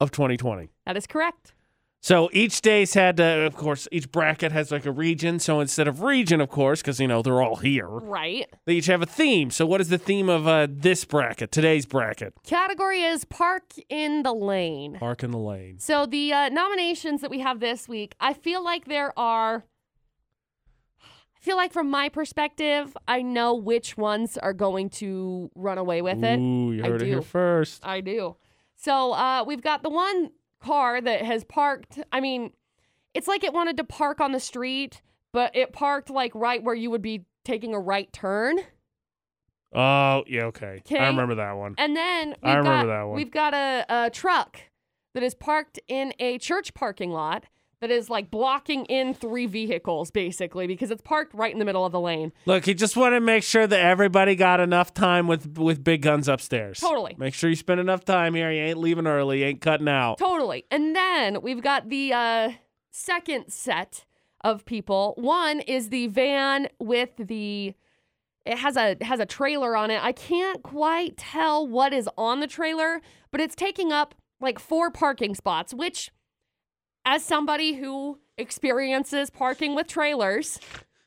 Speaker 1: of 2020.
Speaker 2: That is correct.
Speaker 1: So each day's had, uh, of course, each bracket has like a region. So instead of region, of course, because, you know, they're all here,
Speaker 2: Right.
Speaker 1: they each have a theme. So what is the theme of uh, this bracket, today's bracket?
Speaker 2: Category is park in the lane.
Speaker 1: Park in the Lane.
Speaker 2: So the uh, nominations that we have this week, I feel like there are. I feel like from my perspective, I know which ones are going to run away with it.
Speaker 1: Ooh, you
Speaker 2: I
Speaker 1: heard it here
Speaker 2: do.
Speaker 1: first.
Speaker 2: I do. So uh, we've got the one car that has parked. I mean, it's like it wanted to park on the street, but it parked like right where you would be taking a right turn.
Speaker 3: Oh, yeah, okay.
Speaker 2: Okay.
Speaker 3: I remember that one.
Speaker 2: And then we've
Speaker 3: I remember
Speaker 2: got,
Speaker 3: that one.
Speaker 2: We've got a, a truck that is parked in a church parking lot that is like blocking in three vehicles basically because it's parked right in the middle of the lane.
Speaker 1: Look, he just wanted to make sure that everybody got enough time with with big guns upstairs.
Speaker 2: Totally.
Speaker 1: Make sure you spend enough time here. You ain't leaving early. You ain't cutting out.
Speaker 2: Totally. And then we've got the uh, second set of people. One is the van with the it has a has a trailer on it. I can't quite tell what is on the trailer, but it's taking up like four parking spots, which as somebody who experiences parking with trailers,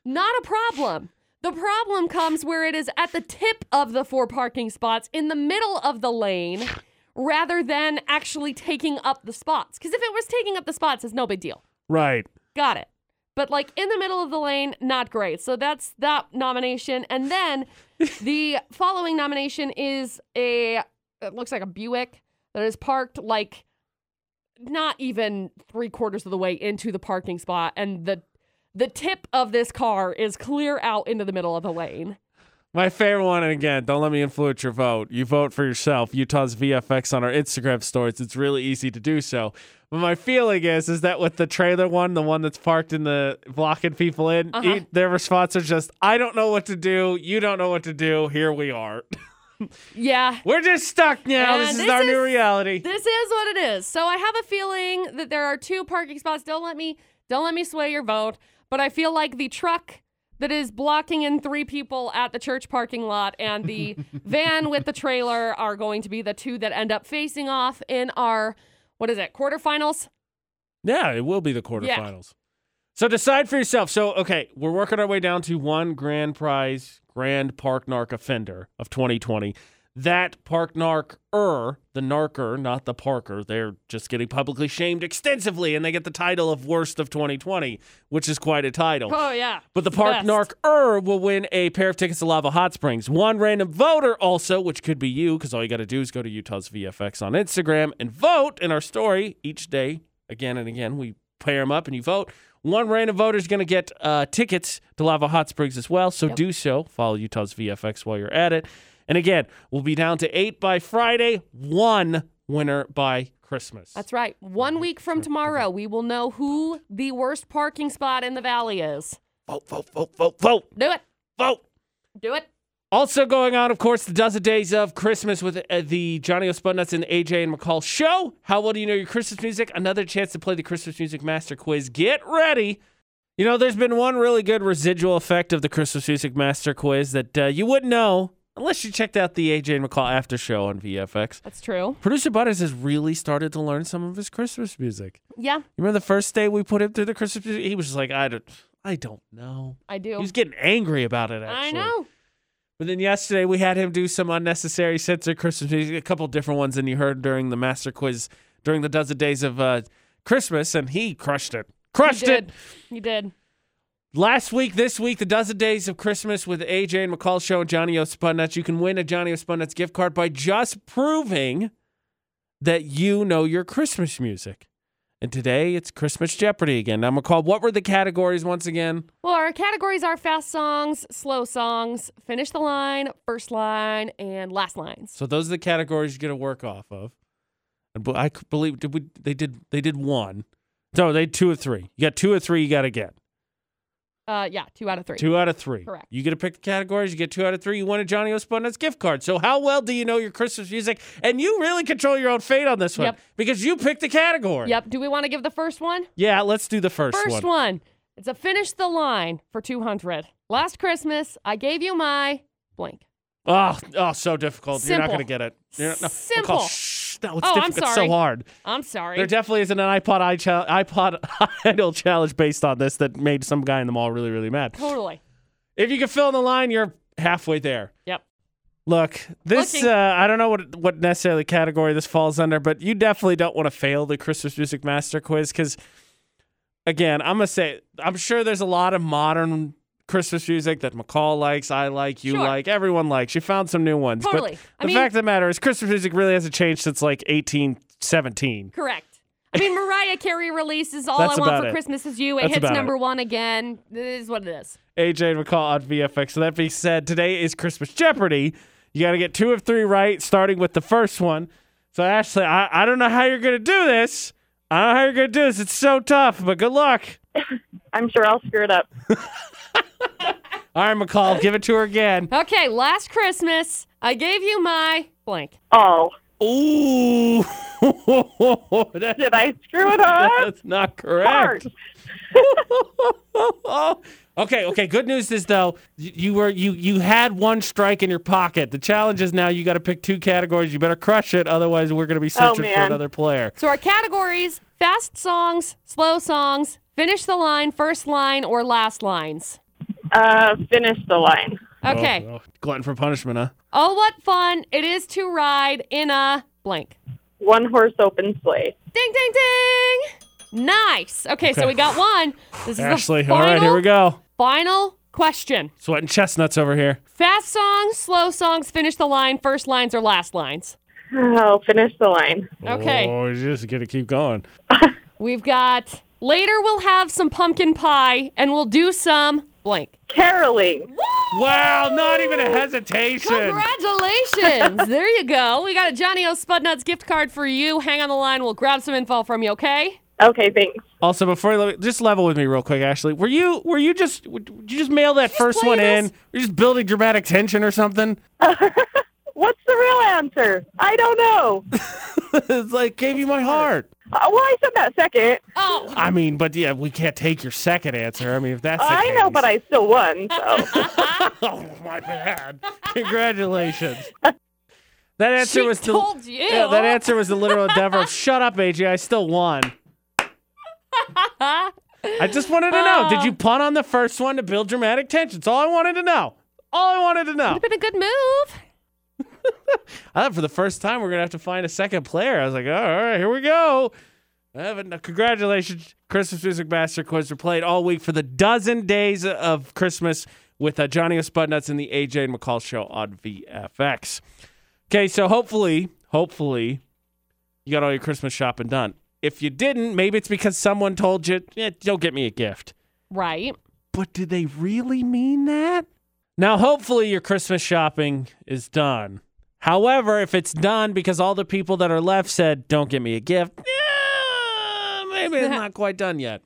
Speaker 2: not a problem. The problem comes where it is at the tip of the four parking spots in the middle of the lane rather than actually taking up the spots. Because if it was taking up the spots, it's no big deal.
Speaker 1: Right.
Speaker 2: Got it. But like in the middle of the lane, not great. So that's that nomination. And then the following nomination is a it looks like a Buick that is parked like not even three quarters of the way into the parking spot, and the the tip of this car is clear out into the middle of the lane.
Speaker 1: My favorite one, and again, don't let me influence your vote. You vote for yourself. Utah's VFX on our Instagram stories. It's really easy to do so. But my feeling is, is that with the trailer one, the one that's parked in the blocking people in,
Speaker 2: Uh-huh.
Speaker 1: e- their response is just, "I don't know what to do. You don't know what to do. Here we are.
Speaker 2: Yeah,
Speaker 1: We're just stuck now.
Speaker 2: And
Speaker 1: this, is
Speaker 2: this
Speaker 1: our new
Speaker 2: is-
Speaker 1: reality."
Speaker 2: This is what it is. So I have a feeling that there are two parking spots. Don't let me don't let me sway your vote, but I feel like the truck that is blocking in three people at the church parking lot and the van with the trailer are going to be the two that end up facing off in our what is it? Quarterfinals?
Speaker 1: Yeah, it will be the quarterfinals. So decide for yourself. So okay, we're working our way down to one grand prize Grand Park Narc offender of 2020. That Park Narc er, the narker, not the Parker. They're just getting publicly shamed extensively, and they get the title of worst of 2020, which is quite a title.
Speaker 2: Oh yeah.
Speaker 1: But the Park
Speaker 2: Best.
Speaker 1: Narc Er will win a pair of tickets to Lava Hot Springs. One random voter also, which could be you, because all you got to do is go to Utah's VFX on Instagram and vote in our story each day. Again and again, we pair them up and you vote. One random voter is going to get uh, tickets to Lava Hot Springs as well. So do so. Follow Utah's VFX while you're at it. And again, we'll be down to eight by Friday. One winner by Christmas.
Speaker 2: That's right. One week from tomorrow, we will know who the worst parking spot in the valley is.
Speaker 1: vote, vote, vote, vote, vote,
Speaker 2: Do it.
Speaker 1: vote.
Speaker 2: Do it.
Speaker 1: Also going on, of course, the dozen days of Christmas with uh, the Johnny O'Spudnuts and AJ and McCall show. How well do you know your Christmas music? Another chance to play the Christmas music master quiz. Get ready. You know, there's been one really good residual effect of the Christmas music master quiz that uh, you wouldn't know unless you checked out the AJ and McCall after show on VFX.
Speaker 2: That's true.
Speaker 1: Producer Butters has really started to learn some of his Christmas music.
Speaker 2: Yeah,
Speaker 1: You remember the first day we put him through the Christmas music? He was just like, I don't, I don't know.
Speaker 2: I do.
Speaker 1: He was getting angry about it. Actually.
Speaker 2: I know.
Speaker 1: But then yesterday we had him do some unnecessary censored Christmas music, a couple different ones than you heard during the master quiz during the dozen days of uh, Christmas, and he crushed it. Crushed
Speaker 2: You
Speaker 1: it.
Speaker 2: did. You did.
Speaker 1: Last week, this week, the dozen days of Christmas with AJ and McCall show and Johnny O'Spunnuts. You can win a Johnny O'Spunnuts gift card by just proving that you know your Christmas music. And today it's Christmas Jeopardy again. Now, McCall, what were the categories once again?
Speaker 2: Well, our categories are fast songs, slow songs, finish the line, first line, and last lines.
Speaker 1: So those are the categories you get to work off of. And bu- I c- believe did we, they did they did one. No, they two or three. You got two or three. You got to get
Speaker 2: Uh, yeah, two out of three.
Speaker 1: two out of three.
Speaker 2: Correct.
Speaker 1: You get to pick the categories. You get two out of three. You win a Johnny O'Spunnet's gift card. So how well do you know your Christmas music? And you really control your own fate on this one
Speaker 2: Yep.
Speaker 1: because you picked the category.
Speaker 2: Yep. Do we want to give the first one?
Speaker 1: Yeah. Let's do the first,
Speaker 2: First
Speaker 1: one.
Speaker 2: one. It's a finish the line for 200. Last Christmas, I gave you my blank.
Speaker 1: Oh, oh, so difficult. You're not
Speaker 2: Simple.
Speaker 1: going to get it. You're not, no,
Speaker 2: Simple.
Speaker 1: McCall, shh, no, it's
Speaker 2: Oh, I'm
Speaker 1: difficult. It's so
Speaker 2: sorry.
Speaker 1: hard.
Speaker 2: I'm sorry.
Speaker 1: There definitely isn't an iPod i chal- iPod idol challenge based on this that made some guy in the mall really really mad.
Speaker 2: totally.
Speaker 1: If you can fill in the line, you're halfway there.
Speaker 2: Yep.
Speaker 1: Look, this
Speaker 2: Looking.
Speaker 1: uh, I don't know what what necessarily category this falls under, but you definitely don't want to fail the Christmas Music Master Quiz because, again, I'm gonna say I'm sure there's a lot of modern Christmas music that McCall likes, I like, you
Speaker 2: Sure.
Speaker 1: like, everyone likes. You found some new ones,
Speaker 2: Totally.
Speaker 1: but
Speaker 2: I
Speaker 1: the
Speaker 2: mean-
Speaker 1: fact of the matter is, Christmas music really hasn't changed since like 1817.
Speaker 2: Correct. I mean, Mariah Carey releases All
Speaker 1: That's
Speaker 2: I Want
Speaker 1: about
Speaker 2: for
Speaker 1: it.
Speaker 2: Christmas Is You. It
Speaker 1: That's
Speaker 2: hits
Speaker 1: about
Speaker 2: number
Speaker 1: it.
Speaker 2: one again. This is what it is.
Speaker 1: AJ and McCall on VFX. So that being said, today is Christmas Jeopardy. You got to get two of three right, starting with the first one. So Ashley, I, I don't know how you're gonna do this. I don't know how you're gonna do this. It's so tough, but good luck.
Speaker 4: I'm sure I'll screw it up.
Speaker 1: All right, McCall, give it to her again.
Speaker 2: Okay, last Christmas, I gave you my blank.
Speaker 4: Oh,
Speaker 1: Ooh, That-
Speaker 4: did I screw it up?
Speaker 1: that's not correct. Oh.
Speaker 4: Darn.
Speaker 1: okay, okay. Good news is though you, you were you you had one strike in your pocket. The challenge is now you got to pick two categories. You better crush it, otherwise we're gonna be searching for
Speaker 4: man.
Speaker 1: another player.
Speaker 2: So our categories fast songs, slow songs, finish the line, first line, or last lines.
Speaker 4: Uh, finish the line.
Speaker 2: Okay.
Speaker 1: Oh, oh, glutton for punishment, huh?
Speaker 2: Oh, what fun it is to ride in a blank.
Speaker 4: One horse open sleigh.
Speaker 2: Ding, ding, ding. Nice. Okay, so we got one. This
Speaker 1: Ashley,
Speaker 2: is the
Speaker 1: all
Speaker 2: final,
Speaker 1: right, here we go.
Speaker 2: final question.
Speaker 1: Sweating chestnuts over here.
Speaker 2: Fast songs, slow songs, finish the line, first lines, or last lines.
Speaker 4: Oh, finish the line.
Speaker 2: Okay.
Speaker 1: Oh, you're just gonna keep going.
Speaker 2: We've got later we'll have some pumpkin pie and we'll do some blank.
Speaker 4: Caroling.
Speaker 1: Wow, not even a hesitation.
Speaker 2: Congratulations. there you go. We got a Johnny O. Spudnuts gift card for you. Hang on the line. We'll grab some info from you, okay?
Speaker 4: Okay, thanks.
Speaker 1: Also, before you leave- just level with me real quick, Ashley. Were you were you just w- did you just mail that first
Speaker 2: play
Speaker 1: one in?
Speaker 2: this?
Speaker 1: Were you just building dramatic tension or something?
Speaker 4: What's the real answer? I don't know.
Speaker 1: it's like gave you my heart.
Speaker 4: Uh, well, I said that second.
Speaker 2: Oh,
Speaker 1: I mean, but yeah, we can't take your second answer. I mean, if that's the
Speaker 4: I know,
Speaker 1: case-
Speaker 4: but I still won. So.
Speaker 1: oh my bad. Congratulations. That answer
Speaker 2: she
Speaker 1: was the-
Speaker 2: told you.
Speaker 1: Yeah, that answer was the literal endeavor of shut up, AJ. I still won. I just wanted to know. Did you punt on the first one to build dramatic tension? That's all I wanted to know. All I wanted to know.
Speaker 2: Would have been a good move.
Speaker 1: I thought for the first time we're gonna have to find a second player. I was like, all right, here we go. Evan, congratulations, Christmas Music Master Quiz. We played all week for the dozen days of Christmas with uh, Johnny O. Spudnuts and the AJ and McCall show on VFX. Okay, so hopefully, hopefully, you got all your Christmas shopping done. If you didn't, maybe it's because someone told you, eh, don't get me a gift.
Speaker 2: Right.
Speaker 1: But did they really mean that? Now, hopefully, your Christmas shopping is done. However, if it's done because all the people that are left said, don't get me a gift, yeah, maybe it's not quite done yet.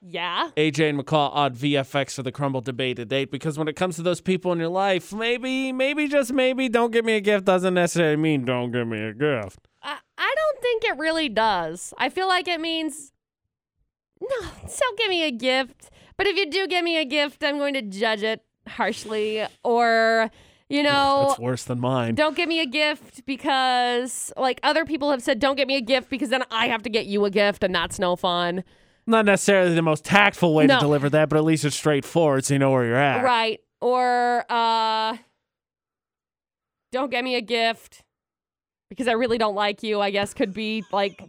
Speaker 2: Yeah.
Speaker 1: AJ and McCall odd VFX for the crumble debate to date because when it comes to those people in your life, maybe, maybe, just maybe, don't get me a gift doesn't necessarily mean don't give me a gift.
Speaker 2: I, I don't think it really does. I feel like it means no, don't give me a gift. But if you do give me a gift, I'm going to judge it harshly or, you know,
Speaker 1: That's worse than mine.
Speaker 2: don't give me a gift because like other people have said don't get me a gift because then I have to get you a gift and that's no fun.
Speaker 1: Not necessarily the most tactful way
Speaker 2: No.
Speaker 1: to deliver that, but at least it's straightforward so you know where you're at.
Speaker 2: Right. Or uh don't get me a gift because I really don't like you, I guess could be like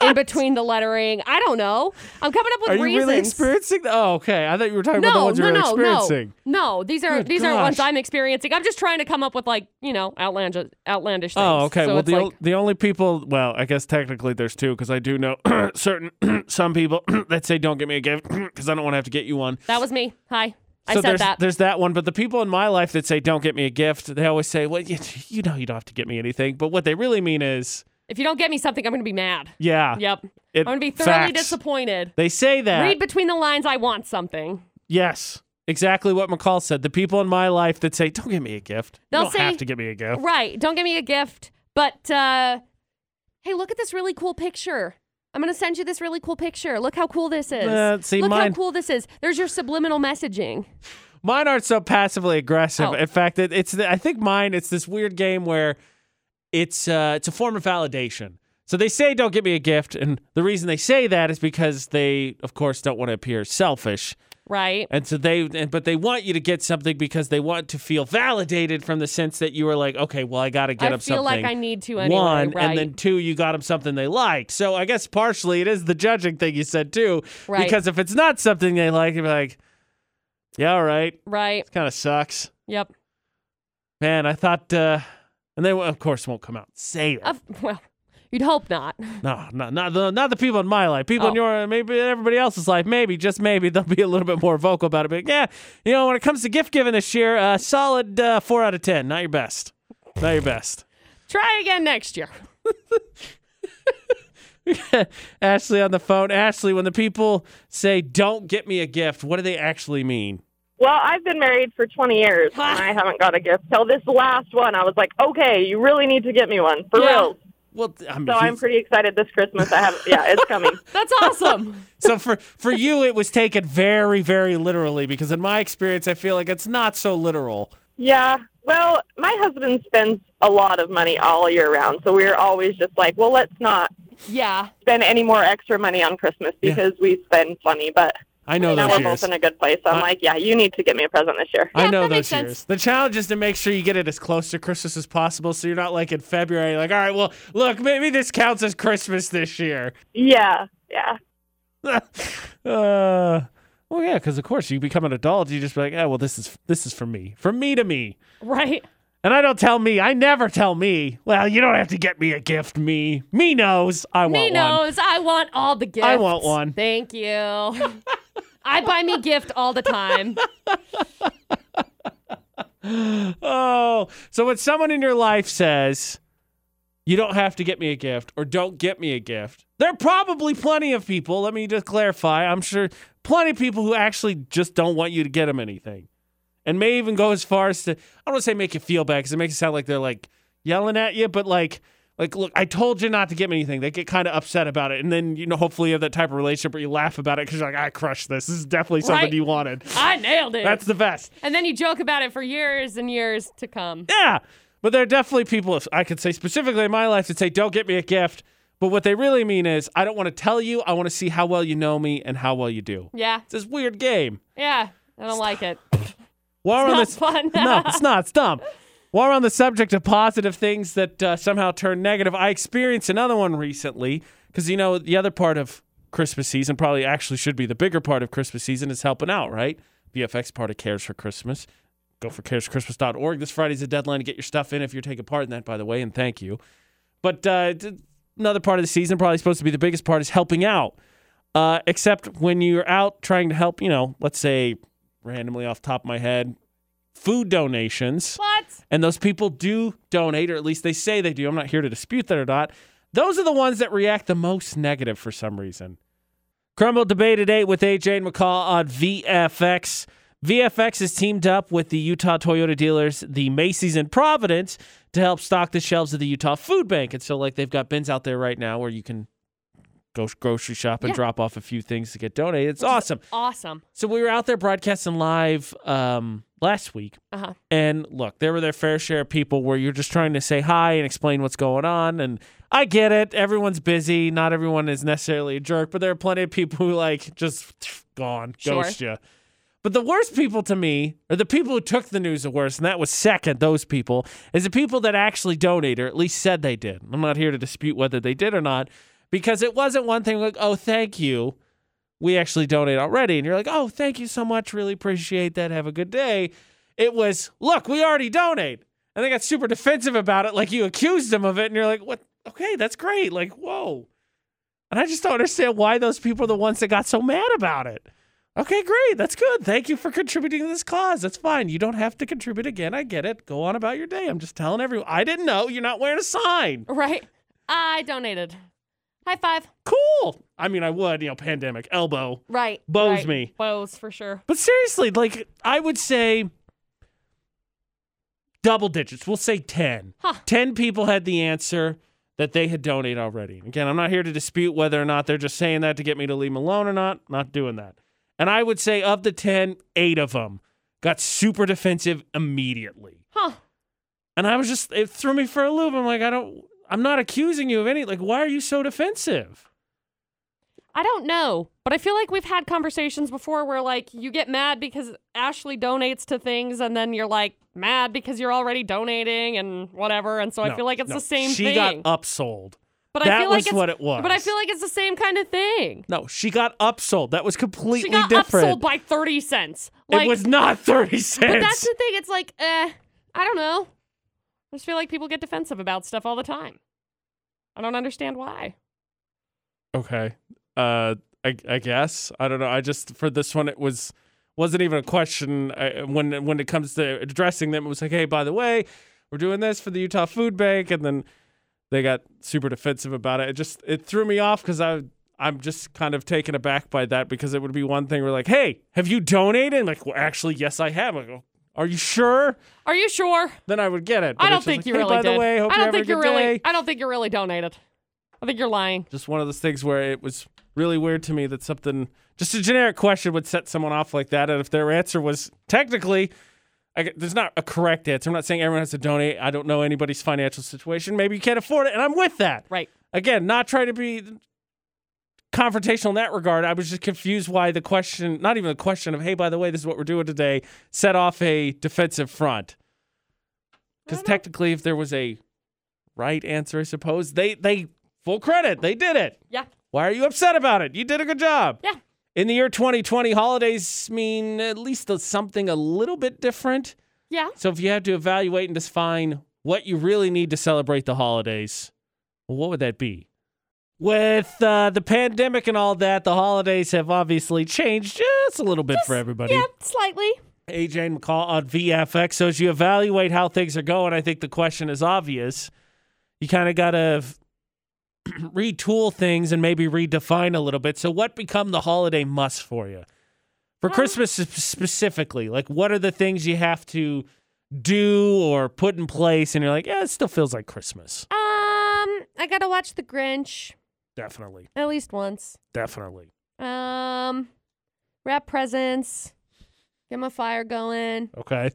Speaker 2: in between the lettering. I don't know. I'm coming up with
Speaker 1: Are you
Speaker 2: reasons.
Speaker 1: really experiencing? Oh, okay. I thought you were talking about the
Speaker 2: no,
Speaker 1: ones you
Speaker 2: no,
Speaker 1: were
Speaker 2: no,
Speaker 1: experiencing.
Speaker 2: no, no. These are
Speaker 1: Good
Speaker 2: these aren't ones
Speaker 1: gosh.
Speaker 2: I'm experiencing. I'm just trying to come up with like you know outlandish, outlandish things.
Speaker 1: Oh, okay.
Speaker 2: So
Speaker 1: well,
Speaker 2: it's
Speaker 1: the
Speaker 2: like,
Speaker 1: o- the only people, well, I guess technically there's two because I do know certain some people that say don't get me a gift because I don't want to have to get you one.
Speaker 2: that was me. Hi, I
Speaker 1: so
Speaker 2: said
Speaker 1: there's
Speaker 2: that.
Speaker 1: there's that one, but the people in my life that say don't get me a gift, they always say, well, you, you know, you don't have to get me anything. But what they really mean is,
Speaker 2: If you don't get me something, I'm gonna be mad.
Speaker 1: yeah,
Speaker 2: Yep, I'm
Speaker 1: it-
Speaker 2: gonna be thoroughly
Speaker 1: facts.
Speaker 2: disappointed.
Speaker 1: They say that.
Speaker 2: Read between the lines. I want something.
Speaker 1: yes, exactly what McCall said. The people in my life that say don't get me a gift,
Speaker 2: They'll
Speaker 1: you don't have
Speaker 2: say-
Speaker 1: to get me a gift.
Speaker 2: Right. Don't give me a gift, but uh, hey, look at this really cool picture. I'm gonna send you this really cool picture. Look how cool this is.
Speaker 1: Uh, see,
Speaker 2: look
Speaker 1: mine-
Speaker 2: how cool this is. There's your subliminal messaging.
Speaker 1: Mine aren't so passively aggressive.
Speaker 2: Oh.
Speaker 1: In fact, it, it's the, I think mine. It's this weird game where it's uh, it's a form of validation. So they say, "Don't get me a gift," and the reason they say that is because they, of course, don't want to appear selfish,
Speaker 2: Right.
Speaker 1: and so they, and, but they want you to get something because they want to feel validated from the sense that you are like, "Okay, well, I got to get
Speaker 2: I
Speaker 1: them
Speaker 2: feel
Speaker 1: something."
Speaker 2: like I need to anyway.
Speaker 1: One,
Speaker 2: right.
Speaker 1: and then two, you got them something they liked. So I guess partially it is the judging thing you said too,
Speaker 2: Right.
Speaker 1: because if it's not something they like, you're like, "Yeah, all right,
Speaker 2: right.
Speaker 1: kind of sucks."
Speaker 2: Yep.
Speaker 1: Man, I thought, uh, and they, of course, won't come out and say it.
Speaker 2: Of, well, You'd hope not.
Speaker 1: No, not not the not the people in my life. People in
Speaker 2: Oh.
Speaker 1: your maybe everybody else's life. Maybe just maybe they'll be a little bit more vocal about it. But yeah, you know, when it comes to gift giving this year, uh, solid uh, four out of ten. Not your best. Not your best.
Speaker 2: Try again next year.
Speaker 1: Ashley on the phone. Ashley, when the people say "Don't get me a gift," what do they actually mean?
Speaker 8: Well, I've been married for 20 years, and I haven't got a gift. Till this last one, I was like, okay, you really need to get me one, for
Speaker 1: Yeah.
Speaker 8: real.
Speaker 1: Well, th- I mean,
Speaker 8: So I'm pretty excited this Christmas. I have, yeah, it's coming.
Speaker 2: That's awesome.
Speaker 1: so for for you, it was taken very very literally because in my experience, I feel like it's not so literal.
Speaker 8: Yeah. Well, my husband spends a lot of money all year round, so we're always just like, well, let's not
Speaker 2: yeah.
Speaker 8: spend any more extra money on Christmas
Speaker 1: Yeah.
Speaker 8: because we spend plenty. But
Speaker 1: I know
Speaker 8: now
Speaker 1: those
Speaker 8: we're
Speaker 1: years.
Speaker 8: both in a good place. I'm
Speaker 1: I-
Speaker 8: like, yeah, you need to get me a present this year.
Speaker 1: I
Speaker 2: Yeah,
Speaker 1: know
Speaker 2: that
Speaker 1: those
Speaker 2: makes sense.
Speaker 1: years. The challenge is to make sure you get it as close to Christmas as possible, so you're not like in February, like, all right, well, look, maybe this counts as Christmas this year.
Speaker 8: Yeah. Yeah.
Speaker 1: uh, well, yeah, because of course you become an adult, you just be like, oh, well, this is this is for me, from me to me,
Speaker 2: Right.
Speaker 1: and I don't tell me, I never tell me. Well, you don't have to get me a gift, me. Me knows I
Speaker 2: Me
Speaker 1: want one.
Speaker 2: knows I want all the gifts.
Speaker 1: I want one.
Speaker 2: Thank you. I buy me gift all the time.
Speaker 1: Oh, so when someone in your life says, you don't have to get me a gift or don't get me a gift, there are probably plenty of people, let me just clarify, I'm sure plenty of people who actually just don't want you to get them anything. And may even go as far as to, I don't want to say make you feel bad because it makes it sound like they're like yelling at you, but like, like, look, I told you not to get me anything. They get kind of upset about it. And then, you know, hopefully you have that type of relationship where you laugh about it because you're like, I crushed this. This is definitely something
Speaker 2: Right.
Speaker 1: you wanted.
Speaker 2: I nailed it.
Speaker 1: That's the best.
Speaker 2: and then you joke about it for years and years to come.
Speaker 1: Yeah. But there are definitely people, if I could say specifically in my life, that say, don't get me a gift. But what they really mean is, I don't want to tell you. I want to see how well you know me and how well you do.
Speaker 2: Yeah.
Speaker 1: It's this weird game.
Speaker 2: Yeah. I don't like it.
Speaker 1: While we're on
Speaker 2: Not
Speaker 1: this,
Speaker 2: fun.
Speaker 1: no, it's not. It's dumb. While we're on the subject of positive things that uh, somehow turn negative, I experienced another one recently because, you know, the other part of Christmas season probably actually should be the bigger part of Christmas season is helping out, right? VFX part of Cares for Christmas. Go for caresforchristmas.org. This Friday's the deadline to get your stuff in if you're taking part in that, by the way, and thank you. But uh, d- another part of the season, probably supposed to be the biggest part, is helping out. Uh, except when you're out trying to help, you know, let's say randomly off the top of my head, food donations.
Speaker 2: What?
Speaker 1: And those people do donate, or at least they say they do. I'm not here to dispute that or not. Those are the ones that react the most negative for some reason. Crumble debate today with AJ and McCall on VFX. VFX has teamed up with the Utah Toyota dealers, the Macy's in Providence, to help stock the shelves of the Utah Food Bank. And so, like, they've got bins out there right now where you can go grocery shop and
Speaker 2: Yeah.
Speaker 1: drop off a few things to get donated. It's
Speaker 2: Which is
Speaker 1: awesome.
Speaker 2: Awesome.
Speaker 1: So we were out there broadcasting live um, last week,
Speaker 2: Uh-huh.
Speaker 1: and look, there were their fair share of people where you're just trying to say hi and explain what's going on. And I get it; everyone's busy. Not everyone is necessarily a jerk, but there are plenty of people who like just gone,
Speaker 2: Sure.
Speaker 1: ghost you. But the worst people to me are the people who took the news the worst, and that was second, those people, is the people that actually donated, or at least said they did. I'm not here to dispute whether they did or not, because it wasn't one thing like, oh, thank you. We actually donate already. And you're like, oh, thank you so much. Really appreciate that. Have a good day. It was, look, we already donate. And they got super defensive about it, like you accused them of it. And you're like, what? Okay, that's great. Like, whoa. And I just don't understand why those people are the ones that got so mad about it. Okay, great. That's good. Thank you for contributing to this cause. That's fine. You don't have to contribute again. I get it. Go on about your day. I'm just telling everyone. I didn't know. You're not wearing a sign.
Speaker 2: Right. I donated. High five.
Speaker 1: Cool. I mean, I would, you know, pandemic, elbow.
Speaker 2: Right.
Speaker 1: Bows
Speaker 2: right.
Speaker 1: me.
Speaker 2: Bows for sure.
Speaker 1: But seriously, like, I would say double digits. We'll say 10.
Speaker 2: Huh.
Speaker 1: 10 people had the answer that they had donated already. Again, I'm not here to dispute whether or not they're just saying that to get me to leave them alone or not. Not doing that. And I would say of the 10, eight of them got super defensive immediately.
Speaker 2: Huh.
Speaker 1: And I was just, it threw me for a loop. I'm like, I don't, I'm not accusing you of any, like, why are you so defensive?
Speaker 2: I don't know, but I feel like we've had conversations before where like you get mad because Ashley donates to things and then you're like mad because you're already donating and whatever and so Oh, I
Speaker 1: No,
Speaker 2: feel like it's
Speaker 1: no.
Speaker 2: the same
Speaker 1: she
Speaker 2: thing.
Speaker 1: got upsold.
Speaker 2: but I
Speaker 1: that
Speaker 2: feel
Speaker 1: was
Speaker 2: like it's,
Speaker 1: what it was.
Speaker 2: But I feel like it's the same kind of thing.
Speaker 1: No, she got upsold. That was completely
Speaker 2: She got
Speaker 1: different.
Speaker 2: upsold by 30 cents.
Speaker 1: it was not 30 cents.
Speaker 2: But that's the thing. It's like, eh, I don't know. I just feel like people get defensive about stuff all the time. I don't understand why.
Speaker 1: Okay. Uh, I I guess I don't know. I just for this one it was wasn't even a question. I, when when it comes to addressing them, it was like, hey, by the way, we're doing this for the Utah Food Bank, and then they got super defensive about it. It just it threw me off because I I'm just kind of taken aback by that because it would be one thing we're like, hey, have you donated? And like, well, actually, yes, I have. I go, are you sure?
Speaker 2: Are you sure?
Speaker 1: Then I would get it.
Speaker 2: I
Speaker 1: But it's
Speaker 2: don't
Speaker 1: just
Speaker 2: think
Speaker 1: like,
Speaker 2: you
Speaker 1: hey,
Speaker 2: really
Speaker 1: by
Speaker 2: did.
Speaker 1: the way, hope
Speaker 2: I
Speaker 1: you
Speaker 2: don't
Speaker 1: have a
Speaker 2: think you
Speaker 1: good
Speaker 2: really.
Speaker 1: day.
Speaker 2: I don't think you really donated. I think you're lying.
Speaker 1: just one of those things where it was really weird to me that something just a generic question would set someone off like that and if their answer was technically I, g- there's not a correct answer i'm not saying everyone has to donate i don't know anybody's financial situation maybe you can't afford it and i'm with that
Speaker 2: Right.
Speaker 1: again not trying to be confrontational in that regard i was just confused why the question not even the question of hey by the way this is what we're doing today set off a defensive front because technically if there was a right answer i suppose they they full credit they did it
Speaker 2: Yeah.
Speaker 1: why are you upset about it? You did a good job.
Speaker 2: Yeah.
Speaker 1: In the year 2020, holidays mean at least a- something a little bit different.
Speaker 2: Yeah.
Speaker 1: So if you had to evaluate and define what you really need to celebrate the holidays, well, what would that be? With uh, the pandemic and all that, the holidays have obviously changed just a little bit for everybody.
Speaker 2: Yeah. Slightly.
Speaker 1: AJ and McCall on VFX. So as you evaluate how things are going, I think the question is obvious. You kind of got to retool things and maybe redefine a little bit. So what become the holiday must for you? For Christmas sp- specifically, like what are the things you have to do or put in place and you're like, yeah, it still feels like Christmas.
Speaker 2: Um, I gotta watch The Grinch
Speaker 1: Definitely.
Speaker 2: at least once.
Speaker 1: Definitely.
Speaker 2: Um, wrap presents. Get my fire going.
Speaker 1: Okay.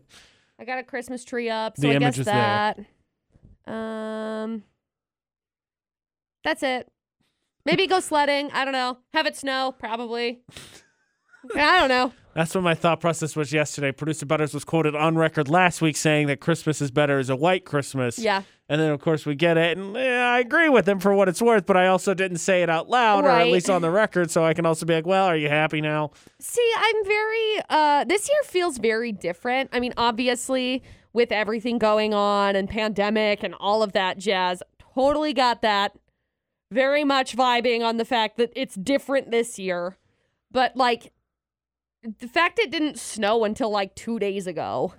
Speaker 2: I got a Christmas tree up, so
Speaker 1: The
Speaker 2: I
Speaker 1: image
Speaker 2: guess
Speaker 1: is
Speaker 2: that.
Speaker 1: there.
Speaker 2: Um, that's it. Maybe go sledding. I don't know. Have it snow, probably. I don't know.
Speaker 1: That's what my thought process was yesterday. Producer Butters was quoted on record last week saying that Christmas is better as a white Christmas.
Speaker 2: Yeah,
Speaker 1: And then, of course, we get it. And eh, I agree with him for what it's worth, but I also didn't say it out loud or at
Speaker 2: Right.
Speaker 1: least on the record. So I can also be like, well, are you happy now?
Speaker 2: See, I'm very uh this year feels very different. I mean, obviously with everything going on and pandemic and all of that jazz, totally got that. Very much vibing on the fact that it's different this year. But like the fact it didn't snow until like 2 days ago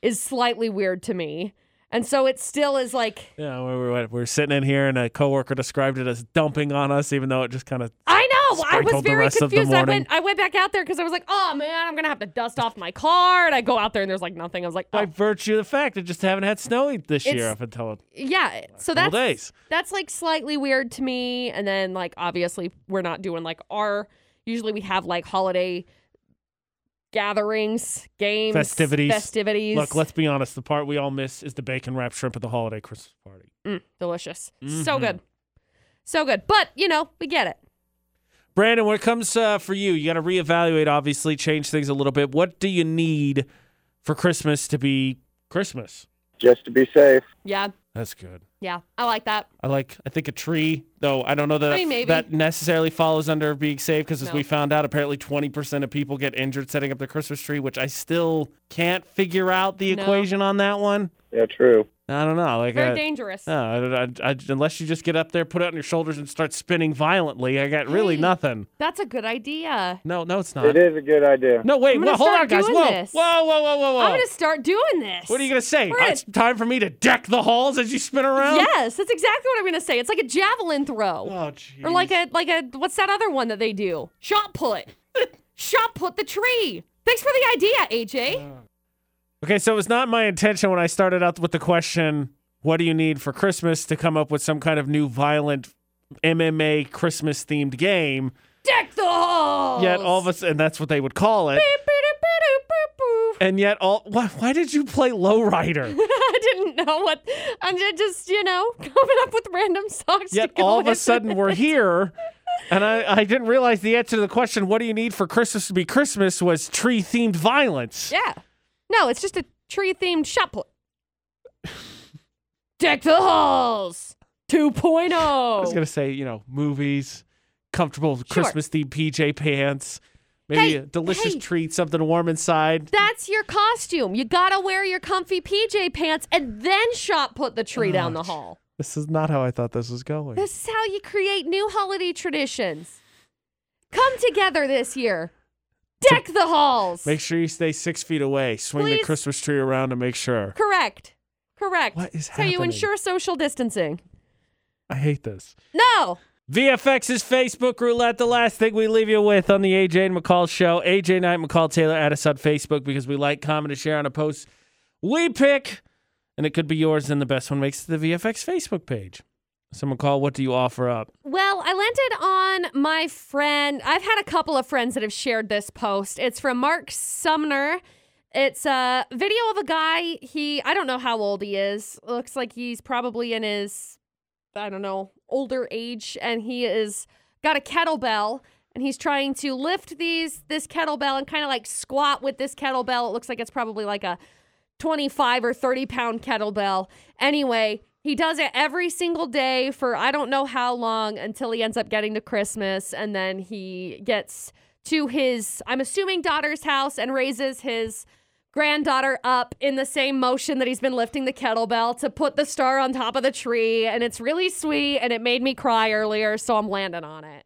Speaker 2: is slightly weird to me. And so it still is like
Speaker 1: Yeah, we were, we were sitting in here and a coworker described it as dumping on us, even though it just kind of.
Speaker 2: I know. I was
Speaker 1: sprinkled the
Speaker 2: very
Speaker 1: rest of the
Speaker 2: confused. I
Speaker 1: morning.
Speaker 2: went I went back out there because I was like, "Oh man, I'm going to have to dust off my car." And I go out there and there's like nothing. I was like,
Speaker 1: By
Speaker 2: "Oh,
Speaker 1: virtue of the fact, they just haven't had snow this year
Speaker 2: It's-
Speaker 1: up until
Speaker 2: yeah
Speaker 1: couple
Speaker 2: so that's
Speaker 1: days.
Speaker 2: that's like slightly weird to me and then like obviously we're not doing like our usually we have like holiday gatherings games
Speaker 1: Festivities.
Speaker 2: festivities
Speaker 1: Look, let's be honest. The part we all miss is the bacon wrapped shrimp at the holiday Christmas party.
Speaker 2: Mm, delicious so
Speaker 1: Mhm.
Speaker 2: good so good but you know we get it
Speaker 1: Brandon, when it comes uh, for you, you got to reevaluate, obviously, change things a little bit. What do you need for Christmas to be Christmas?
Speaker 6: Just to be safe.
Speaker 2: yeah
Speaker 1: That's good.
Speaker 2: yeah i like that
Speaker 1: I like. I think a tree, though. I don't know that
Speaker 2: Tree, maybe.
Speaker 1: that necessarily follows under being safe, because as
Speaker 2: No.
Speaker 1: we found out, apparently twenty percent of people get injured setting up their Christmas tree, which I still can't figure out the
Speaker 2: No.
Speaker 1: equation on that one.
Speaker 6: Yeah, true.
Speaker 1: I don't know. Like,
Speaker 2: very
Speaker 1: uh,
Speaker 2: dangerous
Speaker 1: no, I, don't- I- I- unless you just get up there, put it on your shoulders, and start spinning violently, I got really
Speaker 2: Hey.
Speaker 1: nothing.
Speaker 2: that's a good idea
Speaker 1: No, no, it's not.
Speaker 6: It is a good idea.
Speaker 1: No, wait,
Speaker 2: I'm
Speaker 1: whoa,
Speaker 2: gonna
Speaker 1: hold
Speaker 2: start
Speaker 1: on, guys.
Speaker 2: doing
Speaker 1: Whoa,
Speaker 2: this.
Speaker 1: whoa, whoa, whoa, whoa, whoa.
Speaker 2: i'm gonna start doing this
Speaker 1: what are you gonna say?
Speaker 2: We're gonna-
Speaker 1: It's time for me to deck the halls as you spin around.
Speaker 2: yes that's exactly what i'm gonna say it's like a javelin throw
Speaker 1: Oh, jeez.
Speaker 2: Or like a like a what's that other one that they do? Shot put. Shot put the tree. Thanks for the idea,
Speaker 1: Uh.
Speaker 2: AJ.
Speaker 1: Okay, so it was not my intention when I started out with the question, what do you need for Christmas to come up with some kind of new violent MMA Christmas themed game?
Speaker 2: Deck the halls.
Speaker 1: Yet all of a sudden, that's what they would call it.
Speaker 2: Boop-a-doop-a-doop-boop-boop.
Speaker 1: And yet all why, why did you play lowrider?
Speaker 2: I didn't know what. I'm ju- just you know coming up with random songs.
Speaker 1: Yet
Speaker 2: to go
Speaker 1: all of a
Speaker 2: with
Speaker 1: sudden
Speaker 2: it.
Speaker 1: we're here. And I, I didn't realize the answer to the question, what do you need for Christmas to be Christmas was tree themed violence.
Speaker 2: Yeah. No, it's just a tree themed shot put. Deck the halls. oh. 2.0.
Speaker 1: I was gonna say, you know, movies, comfortable Christmas themed PJ pants, maybe
Speaker 2: Hey,
Speaker 1: a delicious
Speaker 2: hey.
Speaker 1: treat, something warm inside.
Speaker 2: That's your
Speaker 1: Oh,
Speaker 2: costume. You gotta wear your comfy PJ pants and then shot put the tree down the hall.
Speaker 1: This is not how I thought this was going.
Speaker 2: This is how you create new holiday traditions. Come together this year. Deck the halls.
Speaker 1: Make sure you stay six feet away. Swing the
Speaker 2: Please.
Speaker 1: Christmas tree around to make sure.
Speaker 2: Correct. Correct.
Speaker 1: What is
Speaker 2: That's how you
Speaker 1: happening?
Speaker 2: ensure social distancing.
Speaker 1: I hate this.
Speaker 2: No.
Speaker 1: VFX's Facebook roulette, the last thing we leave you with on the AJ and McCall show. AJ Knight, McCall Taylor, add us on Facebook because we like, comment, and share on a post we pick. And it could be yours, and the best one makes it to the VFX Facebook page. So, McCall, what do you offer up?
Speaker 2: Well, I landed on my friend. I've had a couple of friends that have shared this post. It's from Mark Sumner. It's a video of a guy. He, I don't know how old he is. Looks like he's probably in his, I don't know, older age. And he is got a kettlebell and he's trying to lift these, this kettlebell and kind of like squat with this kettlebell. It looks like it's probably like a 25 or 30 pound kettlebell. Anyway, he does it every single day for I don't know how long until he ends up getting to Christmas. And then he gets to his, I'm assuming, daughter's house and raises his granddaughter up in the same motion that he's been lifting the kettlebell to put the star on top of the tree. And it's really sweet. And it made me cry earlier. So I'm landing on it.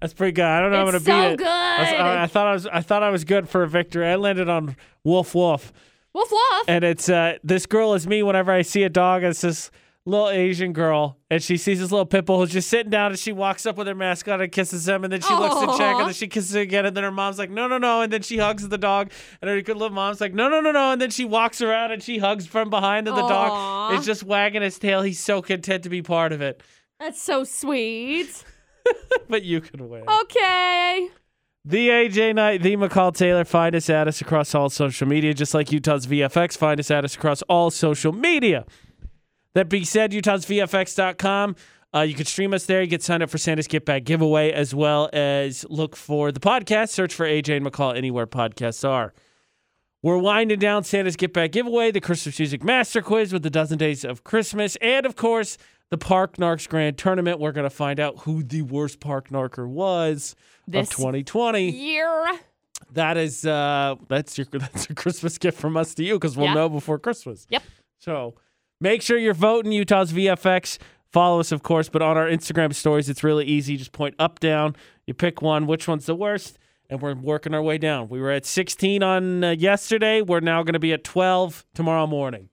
Speaker 1: That's pretty good. I don't know. I'm gonna
Speaker 2: It's so
Speaker 1: beat it. I, was-
Speaker 2: good.
Speaker 1: I- I thought I was. I thought I was good for a victory. I landed on Wolf Wolf,
Speaker 2: Woof woof.
Speaker 1: and it's uh, this girl is me. Whenever I see a dog, it's this little Asian girl, and she sees this little pit bull who's just sitting down, and she walks up with her mask on and kisses him, and then she looks to check,
Speaker 2: Aw.
Speaker 1: and then she kisses it again, and then her mom's like, no, no, no, and then she hugs the dog, and her good little mom's like, no, no, no, no, and then she walks around and she hugs from behind, and the dog
Speaker 2: Aw.
Speaker 1: is just wagging his tail. He's so content to be part of it.
Speaker 2: That's so sweet.
Speaker 1: But you could win.
Speaker 2: Okay.
Speaker 1: The AJ Knight, the McCall Taylor. Find us at us across all social media, just like Utah's VFX. Find us at us across all social media. That being said, Utah's VFX.com. Uh, you can stream us there. You can sign up for Santa's Get Back giveaway, as well as look for the podcast. Search for AJ and McCall anywhere podcasts are. We're winding down Santa's Get Back giveaway, the Christmas Music Master Quiz with the dozen days of Christmas, and of course, the Park Narks Grand Tournament. We're going to find out who the worst Park Narker was
Speaker 2: This
Speaker 1: of 2020
Speaker 2: Year.
Speaker 1: that is uh that's your that's your Christmas gift from us to you because we'll
Speaker 2: Yeah.
Speaker 1: know before Christmas.
Speaker 2: Yep.
Speaker 1: So make sure you're voting Utah's VFX. Follow us, of course, but on our Instagram stories, it's really easy. Just point up, down. You pick one. Which one's the worst? And we're working our way down. We were at 16 on uh, yesterday. We're now going to be at 12 tomorrow morning.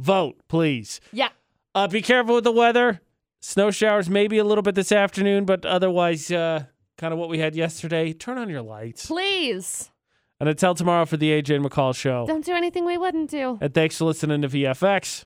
Speaker 1: Vote, please.
Speaker 2: Yeah.
Speaker 1: Uh, be careful with the weather. Snow showers maybe a little bit this afternoon, but otherwise, uh, kind of what we had yesterday. Turn on your lights.
Speaker 2: Please.
Speaker 1: And until tomorrow for the AJ and McCall show.
Speaker 2: Don't do anything we wouldn't do.
Speaker 1: And thanks for listening to VFX.